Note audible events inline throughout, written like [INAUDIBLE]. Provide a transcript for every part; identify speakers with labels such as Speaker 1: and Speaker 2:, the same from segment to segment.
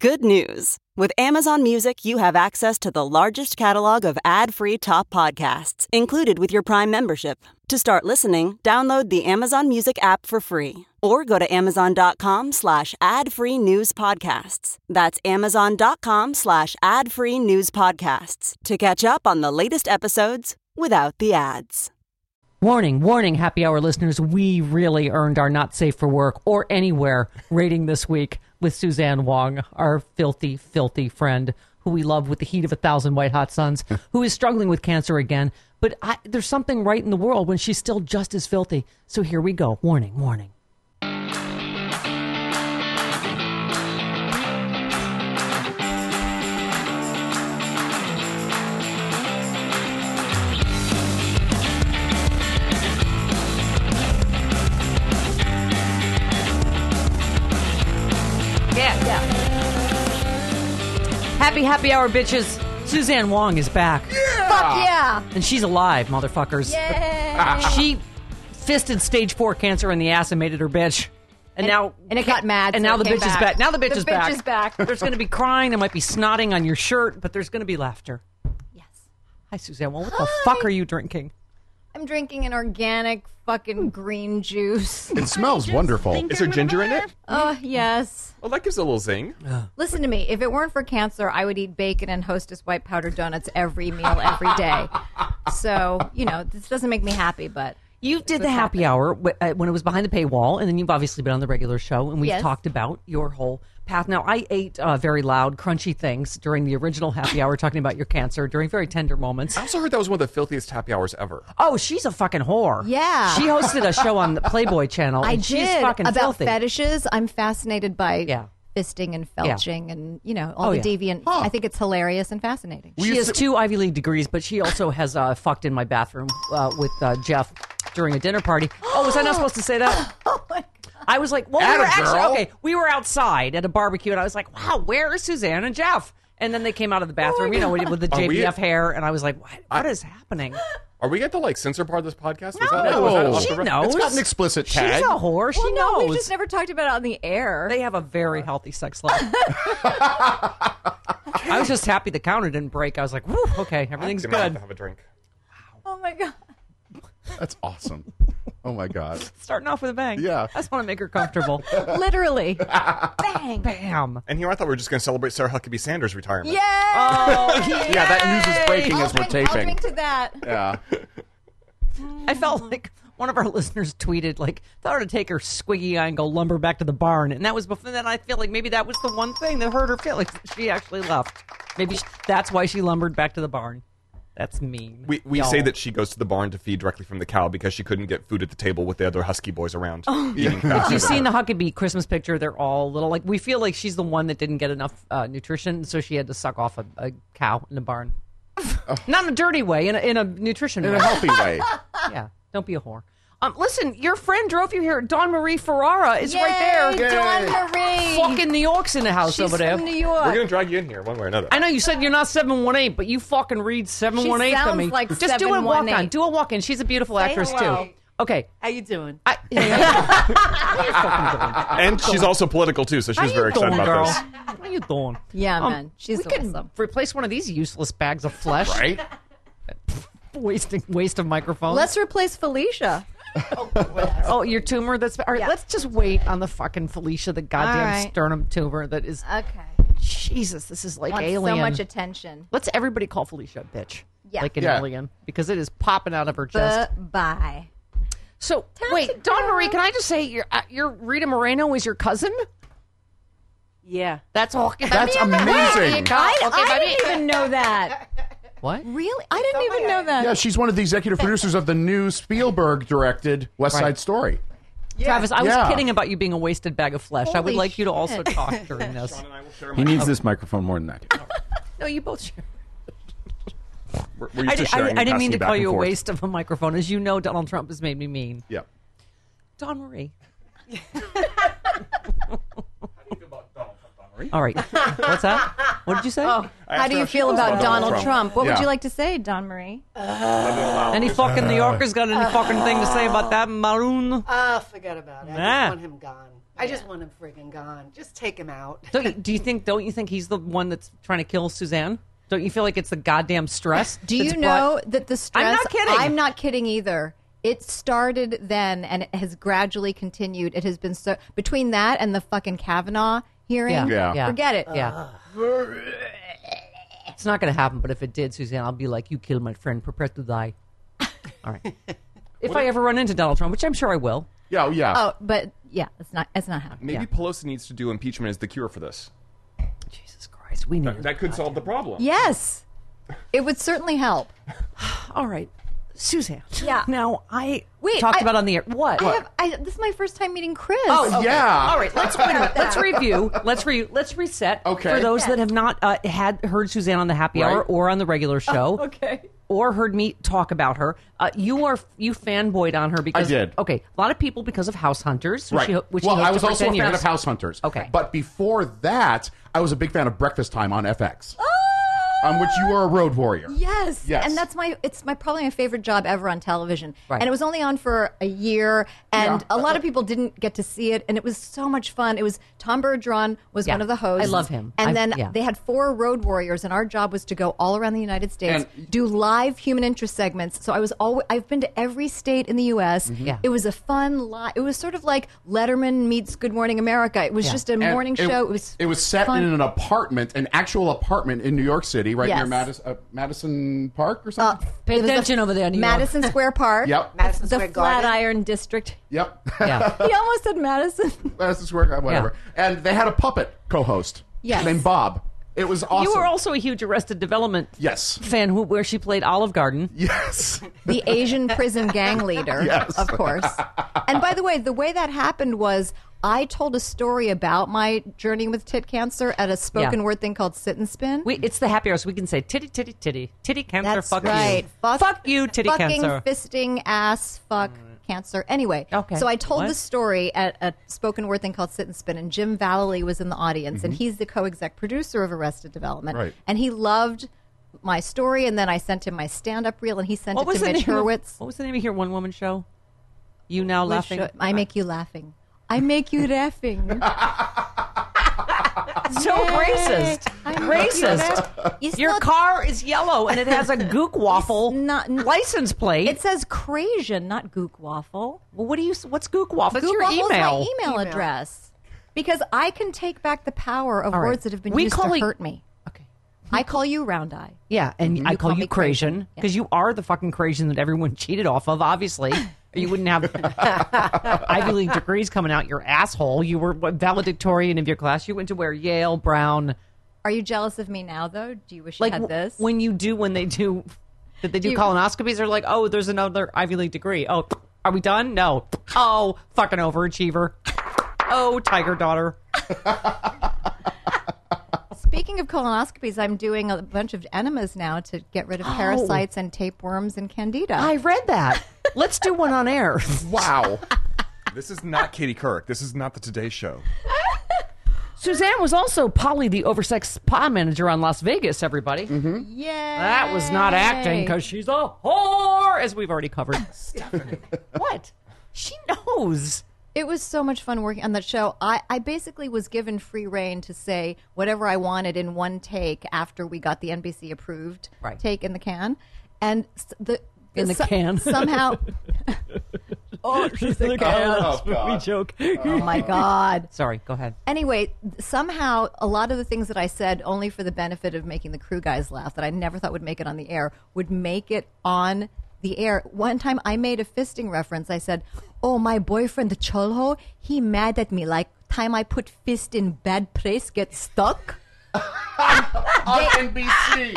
Speaker 1: Good news! With Amazon Music, you have access to the largest catalog of ad free top podcasts included with your Prime membership. To start listening, download the Amazon Music app for free or go to amazon.com slash ad free news podcasts. That's amazon.com slash ad free news podcasts to catch up on the latest episodes without the ads.
Speaker 2: Warning, warning, happy hour listeners. We really earned our not safe for work or anywhere rating this week with Suzanne Wong, our filthy, filthy friend who we love with the heat of a thousand white hot suns, who is struggling with cancer again. But I, there's something right in the world when she's still just as filthy. So here we go. Warning, warning. Yeah, yeah. Happy, happy hour, bitches. Suzanne Wong is back.
Speaker 3: Fuck yeah.
Speaker 2: And she's alive, motherfuckers. She fisted stage four cancer in the ass and made it her bitch. And, now
Speaker 3: and it got mad,
Speaker 2: And
Speaker 3: so
Speaker 2: now
Speaker 3: it
Speaker 2: the
Speaker 3: came
Speaker 2: bitch is
Speaker 3: back.
Speaker 2: back. Now the bitch
Speaker 3: The
Speaker 2: is
Speaker 3: bitch
Speaker 2: back.
Speaker 3: is back.
Speaker 2: [LAUGHS] there's going to be crying. There might be snotting on your shirt, but there's going to be laughter. Yes. Hi, Suzanne. Well, what the fuck are you drinking?
Speaker 3: [LAUGHS] I'm drinking an organic fucking green juice.
Speaker 4: It smells wonderful.
Speaker 5: Is there ginger in it?
Speaker 3: [LAUGHS] Oh, yes.
Speaker 5: Well, that gives it a little zing.
Speaker 3: Listen to me. If it weren't for cancer, I would eat bacon and hostess white powder donuts every meal, every day. So, you know, this doesn't make me happy, but
Speaker 2: You did the happy hour wh- uh, when it was behind the paywall, and then you've obviously been on the regular show, and we've
Speaker 3: Yes.
Speaker 2: talked about your whole path. Now, I ate uh, very loud, crunchy things during the original happy hour, talking about your cancer during very tender moments.
Speaker 5: I also heard that was one of the filthiest happy hours ever.
Speaker 2: Oh, she's a fucking whore.
Speaker 3: Yeah.
Speaker 2: She hosted a show on the Playboy channel.
Speaker 3: I
Speaker 2: and She's
Speaker 3: did
Speaker 2: fucking
Speaker 3: about
Speaker 2: filthy.
Speaker 3: fetishes. I'm fascinated by
Speaker 2: Yeah.
Speaker 3: fisting and felching and, you know, all
Speaker 2: Oh,
Speaker 3: the
Speaker 2: yeah.
Speaker 3: deviant. I think it's hilarious and fascinating.
Speaker 2: She has two Ivy League degrees, but she also has uh, fucked in my bathroom uh, with uh, Jeff during a dinner party. Oh, was I not supposed to say
Speaker 3: [GASPS]
Speaker 2: that?
Speaker 3: Oh,
Speaker 2: I was like, well, we were
Speaker 5: Atta
Speaker 2: actually
Speaker 5: girl.
Speaker 2: okay. We were outside at a barbecue, and I was like, wow, where is Suzanne and Jeff? And then they came out of
Speaker 3: Oh
Speaker 2: the bathroom, you know, with, with the
Speaker 5: Are we-
Speaker 2: JPF hair, and I was like, what, what is happening?
Speaker 5: [LAUGHS] Are we at the like [LAUGHS] censor part of this podcast? No,
Speaker 2: She knows.
Speaker 4: It's got an explicit
Speaker 2: She's
Speaker 4: tag.
Speaker 2: a whore. She
Speaker 3: well, no,
Speaker 2: knows.
Speaker 3: we just never talked about it on the air.
Speaker 2: They have a very healthy sex life. I was just happy the counter didn't break. I was like, whew, okay, everything's good.
Speaker 5: Have a drink.
Speaker 3: oh, my God.
Speaker 4: That's awesome. Oh my god.
Speaker 2: [LAUGHS] Starting off with a [LAUGHS] bang.
Speaker 4: Yeah.
Speaker 2: I just want to make her comfortable.
Speaker 4: [LAUGHS]
Speaker 3: Literally. Bang.
Speaker 2: Bam.
Speaker 5: And here I thought we were just going to celebrate Sarah Huckabee Sanders' retirement.
Speaker 3: Yeah.
Speaker 4: [LAUGHS] Yeah, that news is breaking as we're
Speaker 3: I'll
Speaker 4: taping.
Speaker 3: drink to that.
Speaker 4: Yeah.
Speaker 2: I felt like one of our listeners tweeted, like, thought to take her squiggy eye and go lumber back to the barn. And that was before then. I feel like maybe that was the one thing that hurt her feelings. [LAUGHS] She actually left. Maybe she, that's why she lumbered back to the barn. That's mean.
Speaker 5: We, we
Speaker 2: y'all.
Speaker 5: say that she goes to the barn to feed directly from the cow because she couldn't get food at the table with the other husky boys around.
Speaker 2: Oh.
Speaker 4: [LAUGHS]
Speaker 2: [LAUGHS]
Speaker 5: eating fast
Speaker 2: You've
Speaker 5: food.
Speaker 2: seen the Huckabee Christmas picture. They're all little. Like we feel like she's the one that didn't get enough uh, nutrition, so she had to suck off a, a cow in
Speaker 4: [LAUGHS]
Speaker 2: a barn. Not in a dirty way, in a, in a nutrition
Speaker 4: Oh. In
Speaker 2: way.
Speaker 4: a healthy way.
Speaker 2: [LAUGHS] yeah, don't be a whore. Um, listen, your friend drove you here. Dawn Marie Ferrara is right
Speaker 3: Yay,
Speaker 2: there.
Speaker 3: Dawn Marie.
Speaker 2: Fucking New York's in the house
Speaker 3: She's
Speaker 2: over there.
Speaker 3: from New
Speaker 5: We're
Speaker 3: York.
Speaker 5: going to drag you in here one way or another.
Speaker 2: I know you said you're not 718, but you fucking read 718 to
Speaker 3: sounds
Speaker 2: me.
Speaker 3: like
Speaker 2: Just do a walk on.
Speaker 3: 718.
Speaker 2: Do a walk in. She's a beautiful actress,
Speaker 3: hello.
Speaker 2: too. Okay.
Speaker 6: How you doing?
Speaker 2: I,
Speaker 5: [LAUGHS] and she's also political too, so she was
Speaker 2: How you
Speaker 5: very excited
Speaker 2: doing,
Speaker 5: about
Speaker 2: girl?
Speaker 5: this.
Speaker 2: What are you doing?
Speaker 3: Yeah, man. She's
Speaker 2: we could
Speaker 3: awesome.
Speaker 2: replace one of these useless bags of flesh.
Speaker 4: Right?
Speaker 2: [LAUGHS] Wasting waste of microphones.
Speaker 3: Let's replace Felicia.
Speaker 2: Oh, your tumor that's. All right, let's just wait on the fucking Felicia, the goddamn
Speaker 3: All right.
Speaker 2: sternum tumor that is.
Speaker 3: Okay.
Speaker 2: Jesus, this is like
Speaker 3: Wants
Speaker 2: alien.
Speaker 3: so much attention.
Speaker 2: Let's everybody call Felicia a bitch.
Speaker 3: Yeah.
Speaker 2: Like an
Speaker 4: Yeah.
Speaker 2: alien. Because it is popping out of her chest.
Speaker 3: Bye.
Speaker 2: so, wait, Dawn Marie, can I just say your, uh, your Rita Moreno is your cousin?
Speaker 6: Yeah.
Speaker 2: That's all.
Speaker 4: That's amazing.
Speaker 3: I,
Speaker 2: Oh,
Speaker 3: I didn't even know
Speaker 2: [LAUGHS]
Speaker 3: that.
Speaker 2: What?
Speaker 3: Really? I didn't even know that.
Speaker 4: Yeah, she's one of the executive producers of the new Spielberg directed West Side Story.
Speaker 2: Travis, I was
Speaker 4: Yeah.
Speaker 2: kidding about you being a wasted bag of flesh. I would
Speaker 3: Holy
Speaker 2: like you to also talk
Speaker 5: [LAUGHS]
Speaker 2: during [LAUGHS] this.
Speaker 5: And I will share my.
Speaker 7: He needs this microphone Oh, more than I do.
Speaker 2: No, you both share.
Speaker 5: We're, we're used
Speaker 2: I,
Speaker 5: to
Speaker 2: did,
Speaker 5: sharing and
Speaker 2: not
Speaker 5: passing
Speaker 2: mean to
Speaker 5: back
Speaker 2: call
Speaker 5: and
Speaker 2: you a
Speaker 5: forth.
Speaker 2: waste of a microphone. As you know, Donald Trump has made me mean.
Speaker 4: Yeah.
Speaker 2: Don Marie. All right. What's that? What did you say?
Speaker 3: Oh, How do you
Speaker 5: asked her
Speaker 3: feel
Speaker 5: if she
Speaker 3: about
Speaker 5: was Donald
Speaker 3: Donald Trump?
Speaker 5: Trump.
Speaker 3: What would
Speaker 4: Yeah.
Speaker 3: you like to say, Don Marie?
Speaker 2: Uh, Any fucking New Yorker's got any fucking thing to say about that maroon?
Speaker 6: Ah, forget about it. I
Speaker 2: Uh, Nah.
Speaker 6: just want him gone. I just want him friggin' gone. Just take him out.
Speaker 2: Don't you, do you think? Don't you think he's the one that's trying to kill Suzanne? Don't you feel like it's the goddamn stress?
Speaker 3: Do you
Speaker 2: that's
Speaker 3: know
Speaker 2: brought-
Speaker 3: that the stress?
Speaker 2: not kidding.
Speaker 3: I'm not kidding either. It started then and it has gradually continued. It has been so between that and the fucking Kavanaugh hearing.
Speaker 2: Yeah.
Speaker 4: Yeah.
Speaker 3: Forget
Speaker 5: Uh,
Speaker 3: it.
Speaker 2: Yeah. It's not going to happen, but if it did, Suzanne, I'll be like, you killed my friend, prepare to die.
Speaker 3: [LAUGHS]
Speaker 2: All right. if I ever run into Donald Trump, which I'm sure I will.
Speaker 4: Yeah, oh, yeah.
Speaker 3: Oh, but yeah, it's not. It's not happening.
Speaker 5: Maybe Pelosi needs to do impeachment as the cure for this.
Speaker 2: Jesus Christ, we need
Speaker 5: That could solve the problem.
Speaker 3: Yes, it would certainly help.
Speaker 2: [SIGHS] All right. Suzanne.
Speaker 3: Yeah.
Speaker 2: Now, I
Speaker 3: Wait,
Speaker 2: talked
Speaker 3: I-
Speaker 2: about on the air. What?
Speaker 3: I have, I, this is my first time meeting Chris.
Speaker 4: Oh, yeah.
Speaker 2: All right, let's wait a minute.
Speaker 3: [LAUGHS]
Speaker 2: Let's review. Let's re- let's reset.
Speaker 4: Okay.
Speaker 2: For those that have not uh, had heard Suzanne on the Happy Hour
Speaker 4: Right.
Speaker 2: or on the regular show,
Speaker 3: Oh, okay.
Speaker 2: or heard me talk about her, uh, you are you fanboyed on her because
Speaker 4: did.
Speaker 2: Okay, a lot of people because of House Hunters, which
Speaker 4: Right.
Speaker 2: she, ho- which she
Speaker 4: well, I
Speaker 2: hosted
Speaker 4: was
Speaker 2: for
Speaker 4: also a
Speaker 2: 10
Speaker 4: fan
Speaker 2: years.
Speaker 4: of House Hunters.
Speaker 2: Okay.
Speaker 4: But before that, I was a big fan of Breakfast Time on FX,
Speaker 2: Oh!
Speaker 4: on which you were a road warrior.
Speaker 3: Yes.
Speaker 4: Yes.
Speaker 3: And that's my it's my probably my favorite job ever on television.
Speaker 2: Right.
Speaker 3: And it was only on for a year and
Speaker 4: Yeah.
Speaker 3: a lot of people didn't get to see it and it was so much fun. It was Tom Bergeron was
Speaker 2: Yeah.
Speaker 3: one of the hosts.
Speaker 2: I love him.
Speaker 3: And
Speaker 2: I-
Speaker 3: then
Speaker 2: yeah.
Speaker 3: they had four road warriors and our job was to go all around the United States,
Speaker 4: And-
Speaker 3: do live human interest segments. So I was always I've been to every state in the US.
Speaker 2: Yeah.
Speaker 3: It was a fun live it was sort of like Letterman meets Good Morning America. It was just a
Speaker 4: And
Speaker 3: morning
Speaker 4: it-
Speaker 3: show. It was
Speaker 4: It was set
Speaker 3: fun.
Speaker 4: in an apartment, an actual apartment in New York City, right near
Speaker 3: Yes.
Speaker 4: Madis- uh, Madison Park or something.
Speaker 3: It was the
Speaker 2: attention Uh, over there, New York.
Speaker 3: Madison Square
Speaker 2: [LAUGHS]
Speaker 3: Park.
Speaker 4: Yep.
Speaker 6: Madison
Speaker 3: the
Speaker 6: Square Garden.
Speaker 3: Flatiron District.
Speaker 4: yep. [LAUGHS]
Speaker 2: Yeah.
Speaker 3: He almost said Madison.
Speaker 4: Madison Square Garden, uh, whatever. And they had a puppet co-host
Speaker 3: Yes.
Speaker 4: named Bob. It was awesome.
Speaker 2: You were also a huge Arrested Development
Speaker 4: yes,
Speaker 2: fan who, where she played Olive Garden.
Speaker 4: yes.
Speaker 3: [LAUGHS] The
Speaker 4: [LAUGHS]
Speaker 3: Asian [LAUGHS] prison gang leader,
Speaker 4: Yes.
Speaker 3: of course.
Speaker 4: [LAUGHS]
Speaker 3: And by the way, the way that happened was I told a story about my journey with tit cancer at a spoken
Speaker 2: Yeah.
Speaker 3: word thing called Sit and Spin.
Speaker 2: We, it's the happy hour, so we can say titty, titty, titty, titty cancer.
Speaker 3: That's
Speaker 2: fuck
Speaker 3: right.
Speaker 2: you,
Speaker 3: Fuck,
Speaker 2: you, titty
Speaker 3: fucking
Speaker 2: cancer.
Speaker 3: fisting ass fuck cancer. Anyway,
Speaker 2: Okay.
Speaker 3: so I told
Speaker 2: What?
Speaker 3: this story at a spoken word thing called Sit and Spin, and Jim Valley was in the audience, and he's the co-exec producer of Arrested Development,
Speaker 4: Mhm. Right.
Speaker 3: and he loved my story, and then I sent him my stand-up reel, and he sent
Speaker 2: what
Speaker 3: it
Speaker 2: was
Speaker 3: to
Speaker 2: the
Speaker 3: Mitch
Speaker 2: name? of-
Speaker 3: Hurwitz.
Speaker 2: What was the name of your one woman show? You now laughing?
Speaker 3: Show- I make you laughing. I make you laughing.
Speaker 2: [LAUGHS] so racist.
Speaker 3: I make you
Speaker 2: Racist.
Speaker 3: laugh. It's
Speaker 2: Your
Speaker 3: not-
Speaker 2: car is yellow and it has
Speaker 3: [LAUGHS]
Speaker 2: a gook waffle
Speaker 3: It's not-
Speaker 2: license plate.
Speaker 3: It says Crasian, not Gook Waffle.
Speaker 2: well, what do you? [LAUGHS] What's gook waffle? It's
Speaker 3: Goop
Speaker 2: your
Speaker 3: Waffle's
Speaker 2: email.
Speaker 3: my email, address. Because I can take back the power of
Speaker 2: right.
Speaker 3: words that have been
Speaker 2: We
Speaker 3: used
Speaker 2: call
Speaker 3: to
Speaker 2: it-
Speaker 3: hurt me.
Speaker 2: Okay.
Speaker 3: I call you Round Eye.
Speaker 2: Yeah, and I call,
Speaker 3: call me
Speaker 2: you Crasian
Speaker 3: Crasian.
Speaker 2: because you are the fucking Crasian that everyone [LAUGHS] cheated off of. Obviously, you
Speaker 3: [LAUGHS]
Speaker 2: wouldn't have [LAUGHS] Ivy League degrees coming out your asshole. You were what, valedictorian of your class. You went to where Yale, Brown.
Speaker 3: Are you jealous of me now, though? Do you wish
Speaker 2: Like
Speaker 3: you had this?
Speaker 2: when you do, when they do, that they do
Speaker 3: You-
Speaker 2: colonoscopies. They're like, oh, there's another Ivy League degree. Oh, are we done? No. Oh,
Speaker 3: [LAUGHS]
Speaker 2: fucking overachiever. Oh, tiger daughter.
Speaker 3: Speaking of colonoscopies, I'm doing a bunch of enemas now to get rid of parasites and tapeworms and candida.
Speaker 2: Oh. I read that. Let's do [LAUGHS] one
Speaker 5: [LAUGHS]
Speaker 2: on air. [LAUGHS]
Speaker 4: Wow.
Speaker 5: This is not Katie Couric. This is not the Today Show.
Speaker 2: Suzanne was also Polly, the oversexed spa manager on Las Vegas. Everybody.
Speaker 5: Mm-hmm.
Speaker 3: Yay!
Speaker 2: That was not acting because she's a whore, as we've
Speaker 3: [LAUGHS]
Speaker 2: already covered. what? She knows.
Speaker 3: It was so much fun working on that show. I, I basically was given free reign to say whatever I wanted in one take after we got the NBC approved [LAUGHS]
Speaker 2: Right.
Speaker 3: take in the can. And s- the,
Speaker 2: In the can.
Speaker 3: somehow Oh, she's
Speaker 2: [LAUGHS]
Speaker 3: a
Speaker 4: Oh,
Speaker 2: Carlos
Speaker 4: God.
Speaker 2: movie joke.
Speaker 3: Oh
Speaker 2: [LAUGHS]
Speaker 3: my god.
Speaker 2: Sorry, go ahead.
Speaker 3: Anyway, somehow a lot of the things that I said, only for the benefit of making the crew guys laugh, that I never thought would make it on the air, would make it on the air. One time I made a fisting reference. I said, "Oh, my boyfriend the cholho, he mad at me like time I put fist in bad place get stuck."
Speaker 4: on NBC.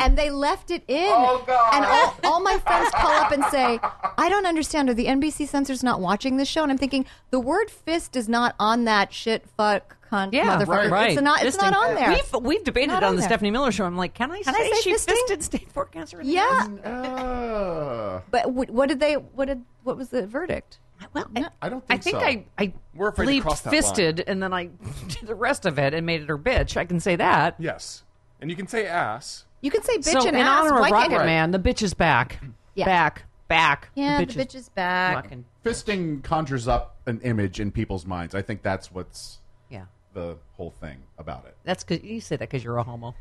Speaker 3: [LAUGHS] and they left it in.
Speaker 4: Oh, God.
Speaker 3: And all, all my friends call up and say, "I don't understand. Are the NBC censor's not watching this show?" And I'm thinking, the word "fist" is not on that shit, fuck, cunt,
Speaker 2: Yeah,
Speaker 3: motherfucker.
Speaker 2: right, right.
Speaker 3: It's not. It's
Speaker 2: Fisting.
Speaker 3: not on there.
Speaker 2: We've, we've debated
Speaker 3: Not
Speaker 2: on,
Speaker 3: on
Speaker 2: the
Speaker 3: there.
Speaker 2: Stephanie Miller show. I'm like, can I say,
Speaker 3: I say
Speaker 2: she
Speaker 3: fisting?
Speaker 2: fisted state four cancer? in the
Speaker 3: yeah,
Speaker 2: ass?
Speaker 4: Uh,
Speaker 3: but w- what did they? What did? What was the verdict?
Speaker 2: Well,
Speaker 4: I don't think so.
Speaker 2: I, I
Speaker 5: We're afraid to
Speaker 2: bleeped
Speaker 5: cross that line.
Speaker 2: fisted, and then I [LAUGHS] did the rest of it and made it her bitch. I can say that.
Speaker 5: Yes. And you can say ass.
Speaker 3: You can say bitch
Speaker 2: so
Speaker 3: and
Speaker 2: in
Speaker 3: ass.
Speaker 2: honor
Speaker 3: Why
Speaker 2: of
Speaker 3: can't
Speaker 2: Rocket
Speaker 3: you-
Speaker 2: Man, the bitch is back.
Speaker 3: Yeah.
Speaker 2: Back. Back.
Speaker 3: Yeah, the bitch,
Speaker 2: is
Speaker 3: is back.
Speaker 2: fucking-
Speaker 4: fisting conjures up an image in people's minds. I think that's what's
Speaker 2: Yeah.
Speaker 4: the whole thing about it.
Speaker 2: That's because you say that because you're a homo.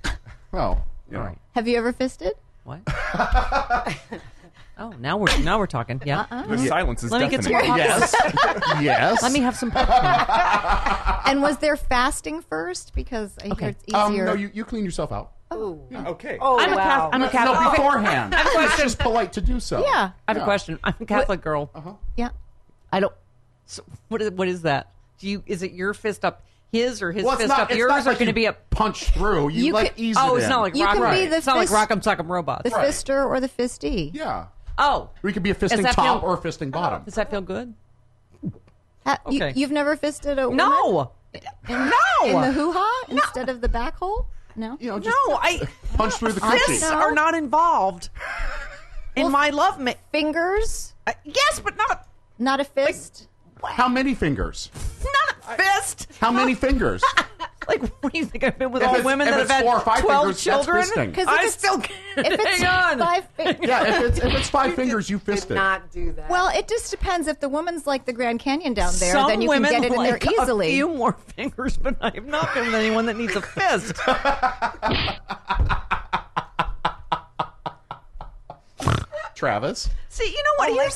Speaker 4: Well, you know.
Speaker 2: right.
Speaker 3: Have you ever fisted?
Speaker 2: What? [LAUGHS] oh, now we're now we're talking. Uh-uh. Yeah.
Speaker 3: Uh-uh.
Speaker 5: The silence is
Speaker 2: Let me get
Speaker 5: deafening.
Speaker 2: some more
Speaker 4: Yes.
Speaker 2: hot [LAUGHS]
Speaker 4: yes.
Speaker 2: Let me have some popcorn.
Speaker 3: [LAUGHS] And was there fasting first? Because I hear it's
Speaker 4: Um,
Speaker 3: easier.
Speaker 4: no, you, you clean yourself out.
Speaker 5: Okay.
Speaker 6: Oh,
Speaker 2: I'm a
Speaker 6: wow.
Speaker 2: Catholic. I'm a Catholic.
Speaker 4: No,
Speaker 2: [LAUGHS]
Speaker 4: beforehand. it's just polite to do so. Uh-huh.
Speaker 3: Yeah.
Speaker 2: I have a question. I'm a Catholic girl.
Speaker 3: yeah.
Speaker 2: I don't. So what is what is that? Do you is it your fist up his or his
Speaker 4: Well, it's
Speaker 2: fist
Speaker 4: not-
Speaker 2: up
Speaker 4: it's
Speaker 2: yours
Speaker 4: not
Speaker 2: are
Speaker 4: like
Speaker 2: going to
Speaker 4: you
Speaker 2: be up?
Speaker 4: punch through. You,
Speaker 3: You
Speaker 4: like
Speaker 3: could-
Speaker 4: ease
Speaker 2: Oh,
Speaker 4: it
Speaker 2: it's not
Speaker 4: in.
Speaker 2: like
Speaker 3: You
Speaker 2: rock.
Speaker 3: can be the
Speaker 2: it's not like
Speaker 3: fist-
Speaker 2: Rock'em Sock'em Robots.
Speaker 3: The fister or the fisty?
Speaker 4: Yeah.
Speaker 2: Oh,
Speaker 4: We could be a
Speaker 2: Does
Speaker 4: fisting
Speaker 2: that
Speaker 4: top
Speaker 2: feel-
Speaker 4: or a fisting bottom.
Speaker 2: Does that feel good?
Speaker 3: Ha- you-
Speaker 2: Okay.
Speaker 3: you've never fisted a woman?
Speaker 2: No, no,
Speaker 3: in the hoo ha instead of the back hole? No.
Speaker 4: You know, just
Speaker 2: no. I
Speaker 4: [LAUGHS] punch through the
Speaker 2: fists
Speaker 4: coochie.
Speaker 3: No.
Speaker 2: are not involved in my love. Ma-
Speaker 3: Fingers,
Speaker 2: uh, yes, but not
Speaker 3: not a fist.
Speaker 4: How many fingers?
Speaker 2: not a fist.
Speaker 4: How many fingers?
Speaker 2: Like, what do you think I've been with
Speaker 4: If
Speaker 2: all
Speaker 4: it's-
Speaker 2: women
Speaker 4: if
Speaker 2: that have
Speaker 4: it's
Speaker 2: had
Speaker 4: four or five
Speaker 2: twelve
Speaker 4: fingers, that's
Speaker 2: children?
Speaker 4: fisting. 'Cause
Speaker 3: if
Speaker 2: I
Speaker 3: it's-
Speaker 2: still can't.
Speaker 3: If it's
Speaker 2: Hang on.
Speaker 3: five fingers.
Speaker 4: yeah, if it's,
Speaker 3: [LAUGHS]
Speaker 4: if it's five fingers, you
Speaker 6: Did
Speaker 4: fist it.
Speaker 6: not do that.
Speaker 3: Well, it just depends. If the woman's like the Grand Canyon down there,
Speaker 2: Some
Speaker 3: then you can
Speaker 2: women
Speaker 3: get it in there
Speaker 2: like
Speaker 3: easily.
Speaker 2: A few more [LAUGHS] fingers, but I have not been with anyone that needs
Speaker 5: [LAUGHS]
Speaker 2: a fist.
Speaker 4: Travis.
Speaker 2: See, you know
Speaker 3: Oh
Speaker 2: what? Here's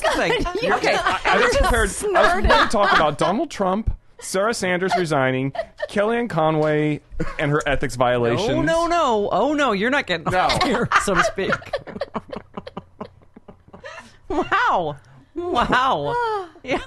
Speaker 3: [LAUGHS]
Speaker 2: the [LAUGHS] thing. okay,
Speaker 5: I
Speaker 2: [LAUGHS]
Speaker 5: was prepared. I was ready to talk about Donald Trump, Sarah Sanders resigning, Kellyanne Conway, and her ethics violations.
Speaker 2: Oh no no oh no! You're not getting
Speaker 4: No.
Speaker 2: off here, so to
Speaker 4: [LAUGHS]
Speaker 2: speak. wow, wow, yeah.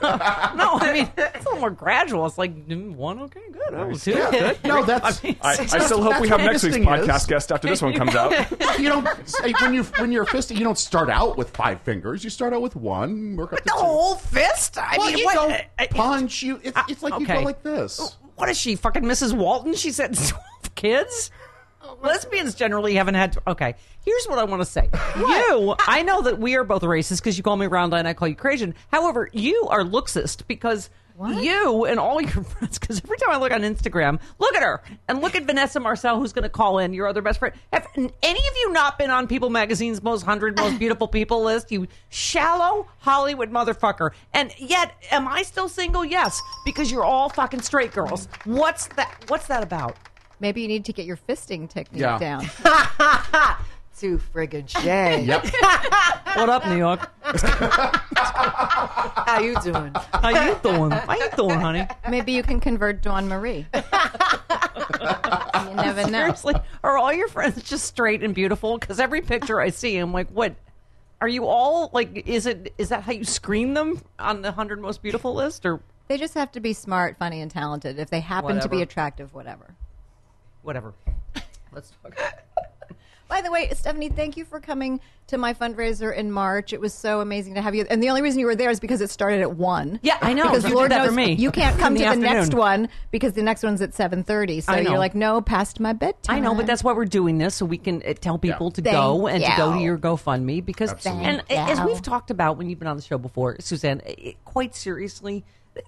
Speaker 2: No, I mean it's a little more gradual. It's like mm, one, okay, good. Oh, two, good. [LAUGHS]
Speaker 4: No, that's.
Speaker 5: I, I still hope we have next week's
Speaker 4: Fisting is-
Speaker 5: podcast guest after this one comes out.
Speaker 4: [LAUGHS] You don't say, when you when you're fisting. You don't start out with five fingers. You start out with one. Work up to
Speaker 2: The
Speaker 4: two.
Speaker 2: whole fist. I
Speaker 4: Well,
Speaker 2: mean,
Speaker 4: you
Speaker 2: what?
Speaker 4: don't
Speaker 2: I- I-
Speaker 4: punch. You it's, it's like you
Speaker 2: okay.
Speaker 4: go like this.
Speaker 2: what is she? Fucking Mrs. Walton? She said [LAUGHS] twelve kids. Lesbians generally haven't had. okay, here's what I want to say. You, I know that we are both racist because you call me round eye and I call you Cajun. However, you are looksist because you and all your [LAUGHS] friends. Because every time I look on Instagram, look at her and look at Vanessa Marcel, who's going to call in your other best friend. Have n- any of you not been on People Magazine's most hundred most beautiful people list? You shallow Hollywood motherfucker. And yet, am I still single? Yes, because you're all fucking straight girls. What's that? What's that about?
Speaker 3: Maybe you need to get your fisting technique
Speaker 4: Yeah.
Speaker 5: [LAUGHS]
Speaker 3: down.
Speaker 6: Too friggin'
Speaker 3: [LAUGHS]
Speaker 6: shit.
Speaker 4: Yep.
Speaker 2: What up,
Speaker 5: [LAUGHS]
Speaker 2: New York?
Speaker 6: How you doing?
Speaker 2: How you doing? How you doing, honey?
Speaker 3: Maybe you can convert Dawn Marie. you never know.
Speaker 2: Seriously, are all your friends just straight and beautiful? Because every picture I see, I'm like, what? Are you all like? Is it? Is that how you screen them on the hundred most beautiful list, or
Speaker 3: They just have to be smart, funny, and talented. If they happen to be
Speaker 2: Whatever.
Speaker 3: attractive, whatever.
Speaker 2: whatever? Let's talk.
Speaker 3: By the way, Stephanie, thank you for coming to my fundraiser in March. It was so amazing to have you. And the only reason you were there is because it started at one.
Speaker 2: Yeah, I know.
Speaker 3: Because
Speaker 2: You did
Speaker 3: Lord
Speaker 2: that
Speaker 3: knows
Speaker 2: for me.
Speaker 3: you can't come
Speaker 2: [LAUGHS] In
Speaker 3: to
Speaker 2: the
Speaker 3: the next
Speaker 2: afternoon.
Speaker 3: one because the next one's at seven thirty. So
Speaker 2: I know.
Speaker 3: you're like, no, past my bedtime.
Speaker 2: I know, but that's why we're doing this so we can uh, tell people to
Speaker 3: Thank
Speaker 2: go and to go to
Speaker 3: you.
Speaker 2: your GoFundMe because
Speaker 4: Absolutely.
Speaker 2: and
Speaker 3: Thank
Speaker 2: as
Speaker 3: you.
Speaker 2: we've talked about when you've been on the show before, Suzanne, it, quite seriously,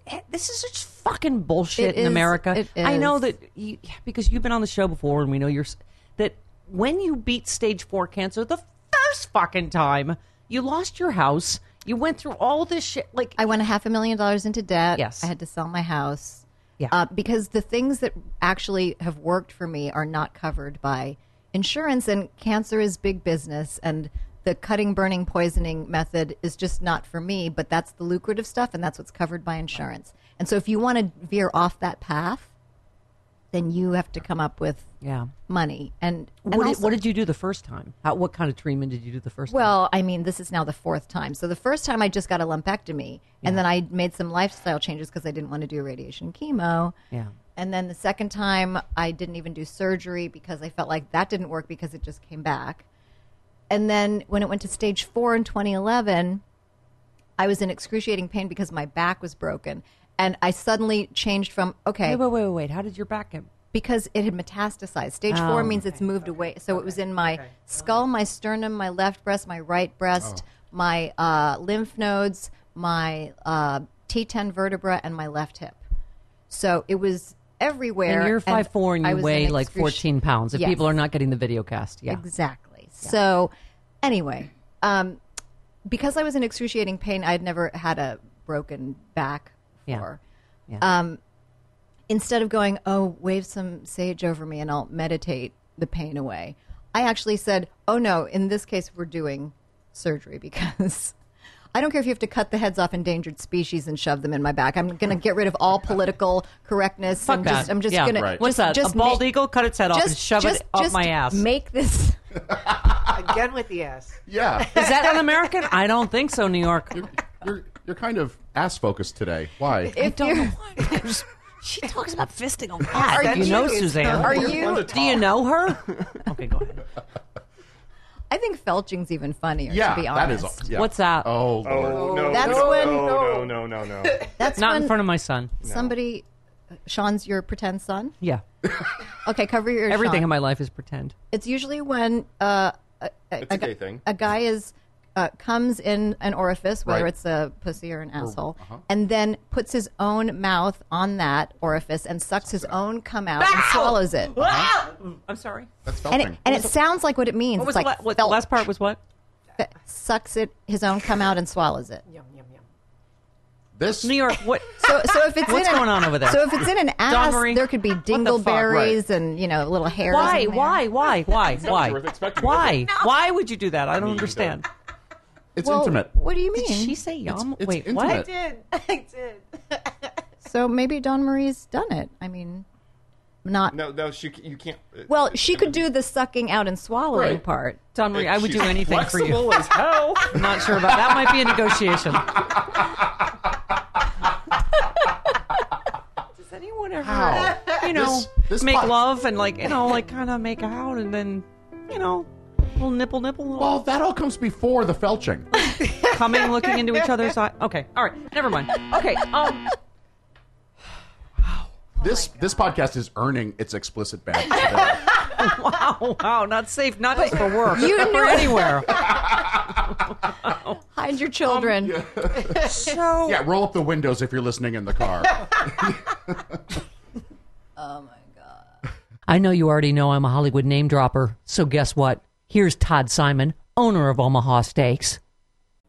Speaker 2: eh, this is such fucking bullshit
Speaker 3: It
Speaker 2: in
Speaker 3: is-
Speaker 2: America.
Speaker 3: it
Speaker 2: I know
Speaker 3: is.
Speaker 2: that you, yeah, because you've been on the show before and we know you're s- that when you beat stage 4 cancer the first fucking time, you lost your house, you went through all this shit like
Speaker 3: I went a half a million dollars into debt.
Speaker 2: Yes.
Speaker 3: I had to sell my house.
Speaker 2: Yeah.
Speaker 3: Uh, because the things that actually have worked for me are not covered by insurance, and cancer is big business, and the cutting, burning, poisoning method is just not for me, but that's the lucrative stuff and that's what's covered by insurance. And so if you want to veer off that path, then you have to come up with
Speaker 2: Yeah.
Speaker 3: money. And, and
Speaker 2: What, did,
Speaker 3: also-
Speaker 2: what did you do the first time? How, what kind of treatment did you do the first time?
Speaker 3: well, I mean, this is now the fourth time. So the first time I just got a lumpectomy, and then I made some lifestyle changes because I didn't want to do radiation chemo.
Speaker 2: Yeah.
Speaker 3: And then the second time, I didn't even do surgery because I felt like that didn't work because it just came back. And then when it went to stage four in 2011, I was in excruciating pain because my back was broken. And I suddenly changed from, okay,
Speaker 2: wait, wait, wait, wait. How did your back get?
Speaker 3: because it had metastasized. Stage
Speaker 2: Oh.
Speaker 3: four means it's moved away. So it was in my skull, my sternum, my left breast, my right breast, my uh, lymph nodes, my uh, T10 vertebra, and my left hip. So it was everywhere.
Speaker 2: And you're five four and
Speaker 3: I
Speaker 2: you
Speaker 3: was
Speaker 2: weigh
Speaker 3: in
Speaker 2: like
Speaker 3: excruci-
Speaker 2: fourteen pounds. If
Speaker 3: Yes.
Speaker 2: people are not getting the video cast, yeah,
Speaker 3: Exactly. So, anyway, um, because I was in excruciating pain, I had never had a broken back
Speaker 2: Yeah.
Speaker 3: before.
Speaker 2: Yeah.
Speaker 3: Um, instead of going, oh, wave some sage over me and I'll meditate the pain away, I actually said, oh no, in this case, we're doing surgery because. [LAUGHS] I don't care if you have to cut the heads off endangered species and shove them in my back. I'm going to get rid of
Speaker 2: [LAUGHS]
Speaker 3: all political correctness.
Speaker 2: Fuck
Speaker 3: I'm
Speaker 2: that.
Speaker 3: just, I'm just
Speaker 2: Yeah.
Speaker 3: going
Speaker 2: Right.
Speaker 3: to.
Speaker 2: What's that? A bald eagle? Cut its head off and shove it up my ass.
Speaker 3: Make this.
Speaker 4: [LAUGHS]
Speaker 6: Again with the S.
Speaker 4: Yeah.
Speaker 2: Is that un-American? I don't think so. New York.
Speaker 4: you're, you're, you're kind of ass focused today. Why?
Speaker 3: If you're,
Speaker 2: [LAUGHS] She talks about fisting on God.
Speaker 6: that
Speaker 2: you know
Speaker 6: true?
Speaker 2: Suzanne?
Speaker 3: Are
Speaker 5: you-
Speaker 2: Do you know [LAUGHS] her? okay, go ahead.
Speaker 3: I think felching's even funnier.
Speaker 4: yeah,
Speaker 3: to be
Speaker 4: that is.
Speaker 3: honest,
Speaker 4: Yeah.
Speaker 2: What's that?
Speaker 5: Oh,
Speaker 4: Oh, Lord.
Speaker 5: no,
Speaker 3: That's
Speaker 5: no,
Speaker 3: when-
Speaker 5: no, no, no, no, no.
Speaker 3: [LAUGHS] that's
Speaker 2: Not
Speaker 3: when
Speaker 2: in front of my son.
Speaker 3: somebody. uh, Sean's your pretend son.
Speaker 2: Yeah.
Speaker 3: Okay, cover your
Speaker 2: Everything
Speaker 3: Sean.
Speaker 2: in my life is pretend.
Speaker 3: It's usually when uh, a, a,
Speaker 4: It's a
Speaker 3: gu-
Speaker 4: gay thing.
Speaker 3: a guy is uh, comes in an orifice, whether
Speaker 4: Right.
Speaker 3: it's a pussy or an asshole,
Speaker 2: uh-huh.
Speaker 3: and then puts his own mouth on that orifice and sucks his own cum out and swallows it.
Speaker 2: I'm sorry.
Speaker 4: That's
Speaker 3: And
Speaker 4: felting.
Speaker 3: it, and it sounds like what it means.
Speaker 2: What was
Speaker 3: it's
Speaker 2: the,
Speaker 3: like
Speaker 2: la- what, the
Speaker 3: felt-
Speaker 2: last part?
Speaker 3: [LAUGHS]
Speaker 2: Was what?
Speaker 3: fe- sucks it his own cum out and swallows it.
Speaker 6: Yum, yum, yum.
Speaker 4: this
Speaker 2: New York. What?
Speaker 3: [LAUGHS] So, so if it's
Speaker 2: What's
Speaker 3: in an-
Speaker 2: going on over there?
Speaker 3: So if it's in an ass,
Speaker 2: Marie?
Speaker 3: there could be
Speaker 2: What the fuck?
Speaker 3: dingleberries and you know little hairs.
Speaker 2: Why?
Speaker 3: in there. [LAUGHS]
Speaker 2: Why? Why? Why? Why?
Speaker 5: was expecting,
Speaker 2: Why?
Speaker 5: wasn't
Speaker 2: Why would you do that? I don't understand.
Speaker 4: It's
Speaker 3: Well,
Speaker 4: intimate.
Speaker 3: What do you mean?
Speaker 2: Did she say yum?
Speaker 4: it's
Speaker 2: Wait,
Speaker 6: I
Speaker 2: what?
Speaker 4: intimate.
Speaker 6: did. I did.
Speaker 3: so maybe Don Marie's done it. I mean, not.
Speaker 5: No, no, she, you can't.
Speaker 3: Well, she could do the sucking out and swallowing
Speaker 4: Right.
Speaker 3: part.
Speaker 2: Don Marie, I would do
Speaker 5: She's
Speaker 2: anything for
Speaker 5: flexible
Speaker 2: you.
Speaker 5: as hell.
Speaker 2: [LAUGHS] I'm not sure about that. Might be
Speaker 4: [LAUGHS]
Speaker 2: a negotiation. Does anyone ever,
Speaker 4: Wow.
Speaker 2: you know,
Speaker 4: This- this
Speaker 2: make
Speaker 4: pod-
Speaker 2: love and like, you know, like kind of make out and then, you know, little nipple nipple, little
Speaker 4: Well, that all comes before the felching.
Speaker 2: [LAUGHS] coming, looking into each other's eye. Okay, all right, never mind. Okay, um, [LAUGHS]
Speaker 4: this this podcast is earning its explicit badge.
Speaker 2: wow, wow, not safe, not just [LAUGHS] for work,
Speaker 3: you
Speaker 2: for
Speaker 3: knew-
Speaker 2: anywhere.
Speaker 3: Hide your children.
Speaker 2: Um, [LAUGHS] So,
Speaker 4: yeah, roll up the windows if you're listening in the car.
Speaker 2: I know you already know I'm a Hollywood name dropper, so guess what? Here's Todd Simon, owner of Omaha Steaks.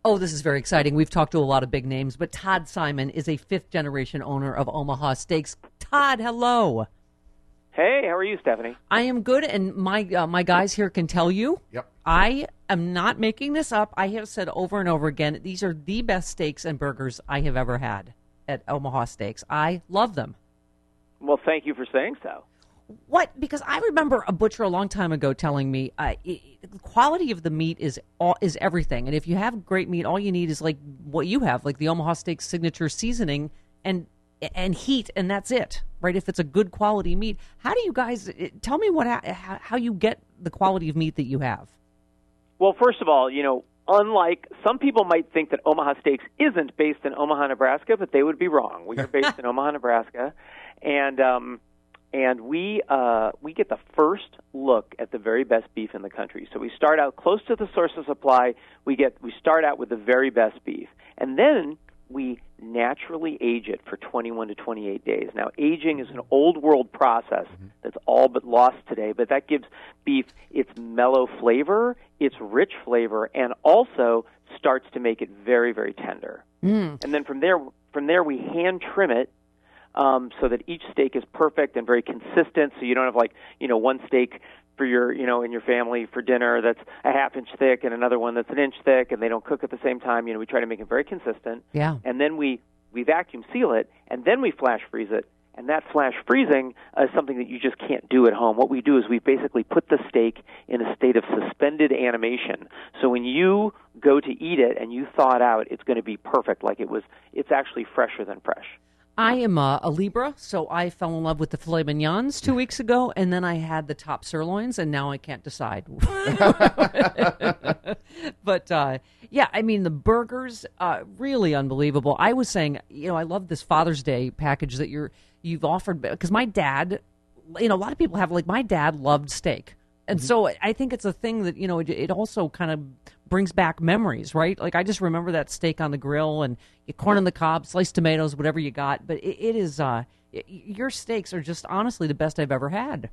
Speaker 2: Oh, this is very exciting. We've talked to a lot of big names, but Todd Simon is a fifth generation owner of Omaha Steaks. Todd, hello.
Speaker 7: Hey, how are you, Stephanie?
Speaker 2: I am good, and my uh, my guys here can tell you.
Speaker 4: Yep.
Speaker 2: I am not making this up. I have said over and over again, these are the best steaks and burgers I have ever had at Omaha Steaks. I love them.
Speaker 7: Well, thank you for saying so.
Speaker 2: What? Because I remember a butcher a long time ago telling me, uh, i i- the quality of the meat is all, is everything, and if you have great meat, all you need is like what you have, like the Omaha Steaks signature seasoning and and heat, and that's it, right? If it's a good quality meat, how do you guys i- tell me what ha- how how you get the quality of meat that you have?
Speaker 7: Well, first of all, you know, unlike some people might think that Omaha Steaks isn't based in Omaha, Nebraska, but they would be wrong. We are based in Omaha, Nebraska, and um, and we uh, we get the first look at the very best beef in the country. So we start out close to the source of supply. We get we start out with the very best beef, and then we naturally age it for 21 to 28 days. Now, aging is an old world process that's all but lost today, but that gives beef its mellow flavor, its rich flavor, and also starts to make it very, very tender. And then from there, from there we hand trim it um, so that each steak is perfect and very consistent. So you don't have like you know one steak for your you know in your family for dinner that's a half inch thick and another one that's an inch thick and they don't cook at the same time you know we try to make it very consistent
Speaker 2: Yeah.
Speaker 7: and then we we vacuum seal it and then we flash freeze it and that flash freezing is something that you just can't do at home. What we do is we basically put the steak in a state of suspended animation. So when you go to eat it and you thaw it out, it's going to be perfect. Like it was, it's actually fresher than fresh.
Speaker 2: I am a, a Libra, so I fell in love with the filet mignons two weeks ago, and then I had the top sirloins, and now I can't decide. [LAUGHS] but uh, yeah, I mean the burgers, uh, really unbelievable. I was saying, you know, I love this Father's Day package that you're you've offered because my dad, you know, a lot of people have like my dad loved steak, and so I think it's a thing that you know it, it also kind of brings back memories, right? Like I just remember that steak on the grill and your corn on the cob, sliced tomatoes, whatever you got. But it, it is uh, y- y- your steaks are just honestly the best I've ever had.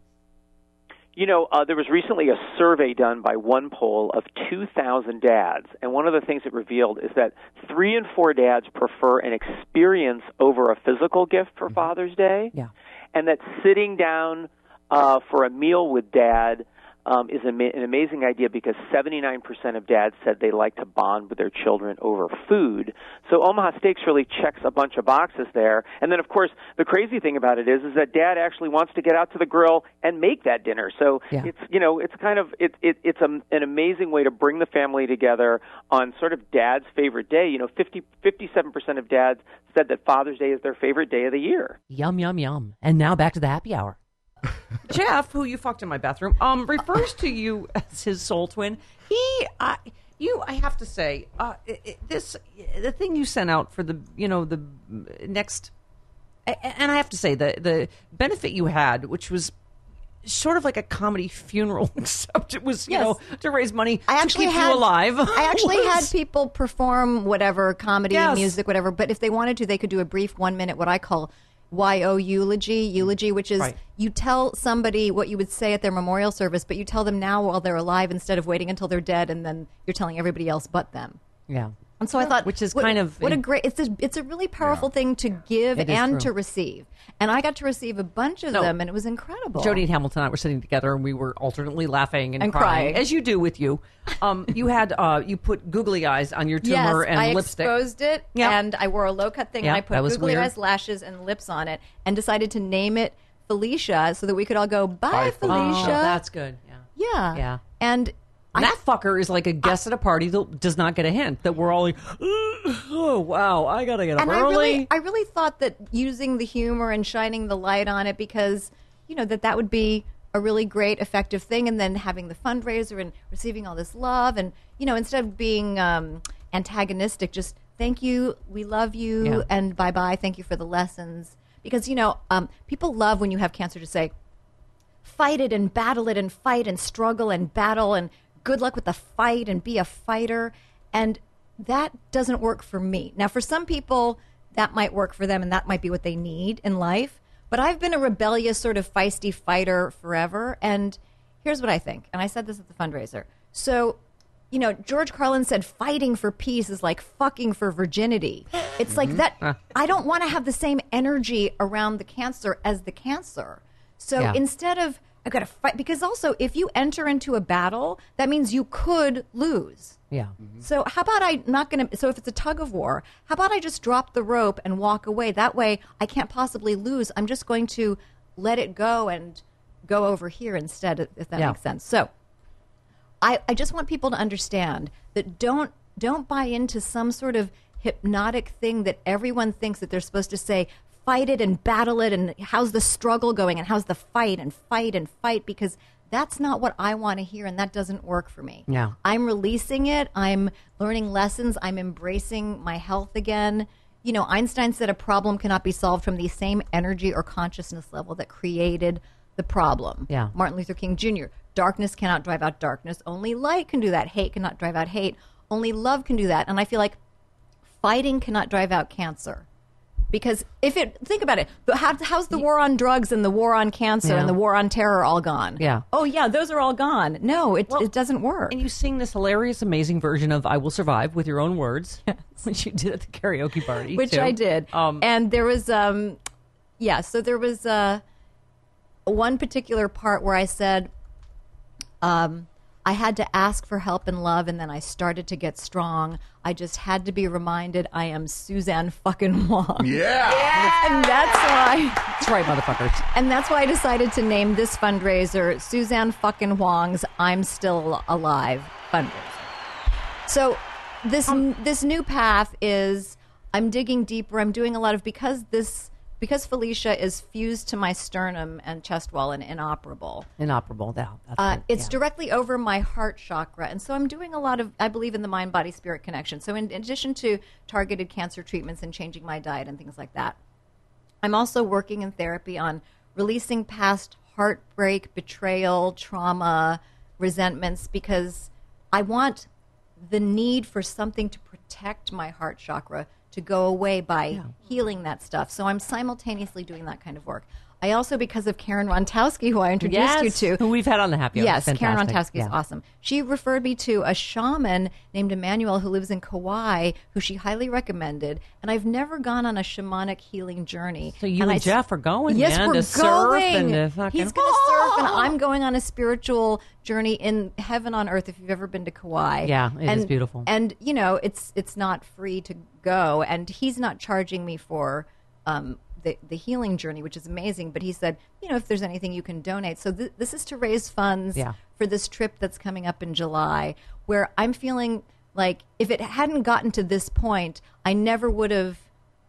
Speaker 7: You know, uh, there was recently a survey done by one poll of 2,000 dads, and one of the things it revealed is that three in four dads prefer an experience over a physical gift for Father's Day,
Speaker 2: Yeah.
Speaker 7: and that sitting down uh, for a meal with dad um, is ama- an amazing idea because 79% of dads said they like to bond with their children over food. So Omaha Steaks really checks a bunch of boxes there. And then, of course, the crazy thing about it is, is that dad actually wants to get out to the grill and make that dinner. So
Speaker 2: Yeah.
Speaker 7: it's, you know, it's kind of, it, it, it's a, an amazing way to bring the family together on sort of dad's favorite day. You know, 50, 57% of dads said that Father's Day is their favorite day of the year.
Speaker 2: Yum yum yum. And now back to the happy hour. Jeff, who you fucked in my bathroom, um, refers to you [LAUGHS] as his soul twin. He, I, you, I have to say, uh, i i this the thing you sent out for the, you know, the next, a- and I have to say the the benefit you had, which was sort of like a comedy funeral, [LAUGHS] except it was you
Speaker 3: Yes.
Speaker 2: know to raise money
Speaker 3: I
Speaker 2: to
Speaker 3: actually
Speaker 2: keep
Speaker 3: had
Speaker 2: you alive.
Speaker 3: [LAUGHS]
Speaker 2: [LAUGHS]
Speaker 3: I actually had
Speaker 2: Was-
Speaker 3: people perform whatever comedy,
Speaker 2: Yes.
Speaker 3: music, whatever. But if they wanted to, they could do a brief one minute what I call yo eulogy, eulogy, which is
Speaker 2: Right.
Speaker 3: you tell somebody what you would say at their memorial service, but you tell them now while they're alive instead of waiting until they're dead, and then you're telling everybody else but them.
Speaker 2: yeah.
Speaker 3: And so I thought,
Speaker 2: Which is
Speaker 3: what-
Speaker 2: kind of-
Speaker 3: what a great it's a, it's a really powerful thing to give
Speaker 2: It is
Speaker 3: and
Speaker 2: true.
Speaker 3: to receive. And I got to receive a bunch of
Speaker 2: No.
Speaker 3: them, and it was incredible.
Speaker 2: Jody and Hamilton and I were sitting together, and we were alternately laughing and,
Speaker 3: And
Speaker 2: crying,
Speaker 3: crying.
Speaker 2: as you do with you. Um, you had uh, you put googly eyes on your
Speaker 3: Yes,
Speaker 2: tumor and
Speaker 3: I
Speaker 2: lipstick.
Speaker 3: exposed it,
Speaker 2: Yeah.
Speaker 3: and I wore a low cut thing,
Speaker 2: Yeah,
Speaker 3: and I put
Speaker 2: that was
Speaker 3: googly
Speaker 2: weird.
Speaker 3: eyes, lashes, and lips on it, and decided to name it Felicia so that we could all go bye, Felicia.
Speaker 2: Oh, that's good. Yeah.
Speaker 3: yeah,
Speaker 2: Yeah.
Speaker 3: and.
Speaker 2: And that fucker is like a guest at a party that does not get a hint. That we're all like, oh wow, I gotta get up
Speaker 3: And I
Speaker 2: early.
Speaker 3: really, I really thought that using the humor and shining the light on it because, you know, that that would be a really great, effective thing. And then having the fundraiser and receiving all this love, and you know, instead of being um, antagonistic, just thank you, we love you,
Speaker 2: Yeah.
Speaker 3: and bye bye, thank you for the lessons. Because you know, um, people love when you have cancer to say, fight it and battle it and fight and struggle and battle and good luck with the fight and be a fighter. And that doesn't work for me. Now, for some people, that might work for them and that might be what they need in life. But I've been a rebellious, sort of feisty fighter forever. And here's what I think. And I said this at the fundraiser. So, you know, George Carlin said fighting for peace is like fucking for virginity. It's like that. [LAUGHS] I don't want to have the same energy around the cancer as the cancer. So
Speaker 2: Yeah.
Speaker 3: instead of I've got to fight because also if you enter into a battle, that means you could lose.
Speaker 2: yeah.
Speaker 3: So how about I not going to so if it's a tug of war, how about I just drop the rope and walk away? That way I can't possibly lose. I'm just going to let it go and go over here instead if that
Speaker 2: Yeah.
Speaker 3: makes sense. So I, I just want people to understand that don't don't buy into some sort of hypnotic thing that everyone thinks that they're supposed to say fight it and battle it and how's the struggle going and how's the fight and fight and fight because that's not what I want to hear and that doesn't work for me.
Speaker 2: Yeah.
Speaker 3: I'm releasing it, I'm learning lessons, I'm embracing my health again. You know, Einstein said a problem cannot be solved from the same energy or consciousness level that created the problem.
Speaker 2: Yeah.
Speaker 3: Martin Luther King Jr. Darkness cannot drive out darkness. Only light can do that. Hate cannot drive out hate. Only love can do that. And I feel like fighting cannot drive out cancer. Because if it, think about it, But how, how's the war on drugs and the war on cancer
Speaker 2: Yeah.
Speaker 3: and the war on terror all gone?
Speaker 2: Yeah.
Speaker 3: Oh, yeah, those are all gone. No, it, it doesn't work.
Speaker 2: And you sing this hilarious, amazing version of "I Will Survive" with your own words, [LAUGHS] which you did at the karaoke party,
Speaker 3: which
Speaker 2: too.
Speaker 3: I did.
Speaker 2: Um,
Speaker 3: and there was, um, yeah, so there was uh, one particular part where I said, Um, I had to ask for help and love, and then I started to get strong. I just had to be reminded I am Suzanne fucking Wong.
Speaker 4: Yeah.
Speaker 3: [LAUGHS] And that's why,
Speaker 2: That's right, motherfuckers.
Speaker 3: and that's why I decided to name this fundraiser Suzanne fucking Wong's "I'm Still Alive" fundraiser. So this this new path is I'm digging deeper. I'm doing a lot of because this because Felicia is fused to my sternum and chest wall and inoperable.
Speaker 2: Inoperable. Now. That's
Speaker 3: Uh,
Speaker 2: right.
Speaker 3: it's
Speaker 2: Yeah.
Speaker 3: directly over my heart chakra. And so I'm doing a lot of, I believe in the mind body spirit connection. So, in addition to targeted cancer treatments and changing my diet and things like that, I'm also working in therapy on releasing past heartbreak, betrayal, trauma, resentments, because I want the need for something to protect my heart chakra to go away by healing that stuff. So I'm simultaneously doing that kind of work. I also, because of Karen Rontowski, who I introduced
Speaker 2: Yes,
Speaker 3: you to,
Speaker 2: who we've had on the happy hour.
Speaker 3: Yes, Karen
Speaker 2: Fantastic.
Speaker 3: Rontowski is
Speaker 2: Yeah.
Speaker 3: awesome. She referred me to a shaman named Emmanuel who lives in Kauai, who she highly recommended. And I've never gone on a shamanic healing journey.
Speaker 2: So you and,
Speaker 3: I s-
Speaker 2: Jeff are going,
Speaker 3: Yes,
Speaker 2: man,
Speaker 3: we're
Speaker 2: to surf and
Speaker 3: going.
Speaker 2: to fucking.
Speaker 3: He's going to surf, and I'm going on a spiritual journey in heaven on earth. If you've ever been to Kauai,
Speaker 2: Yeah, it is
Speaker 3: and,
Speaker 2: beautiful.
Speaker 3: And you know, it's it's not free to go, and he's not charging me for um, the the healing journey, which is amazing. But he said, you know, if there's anything you can donate, so th- this is to raise funds
Speaker 2: Yeah.
Speaker 3: for this trip that's coming up in July, where I'm feeling like if it hadn't gotten to this point, I never would have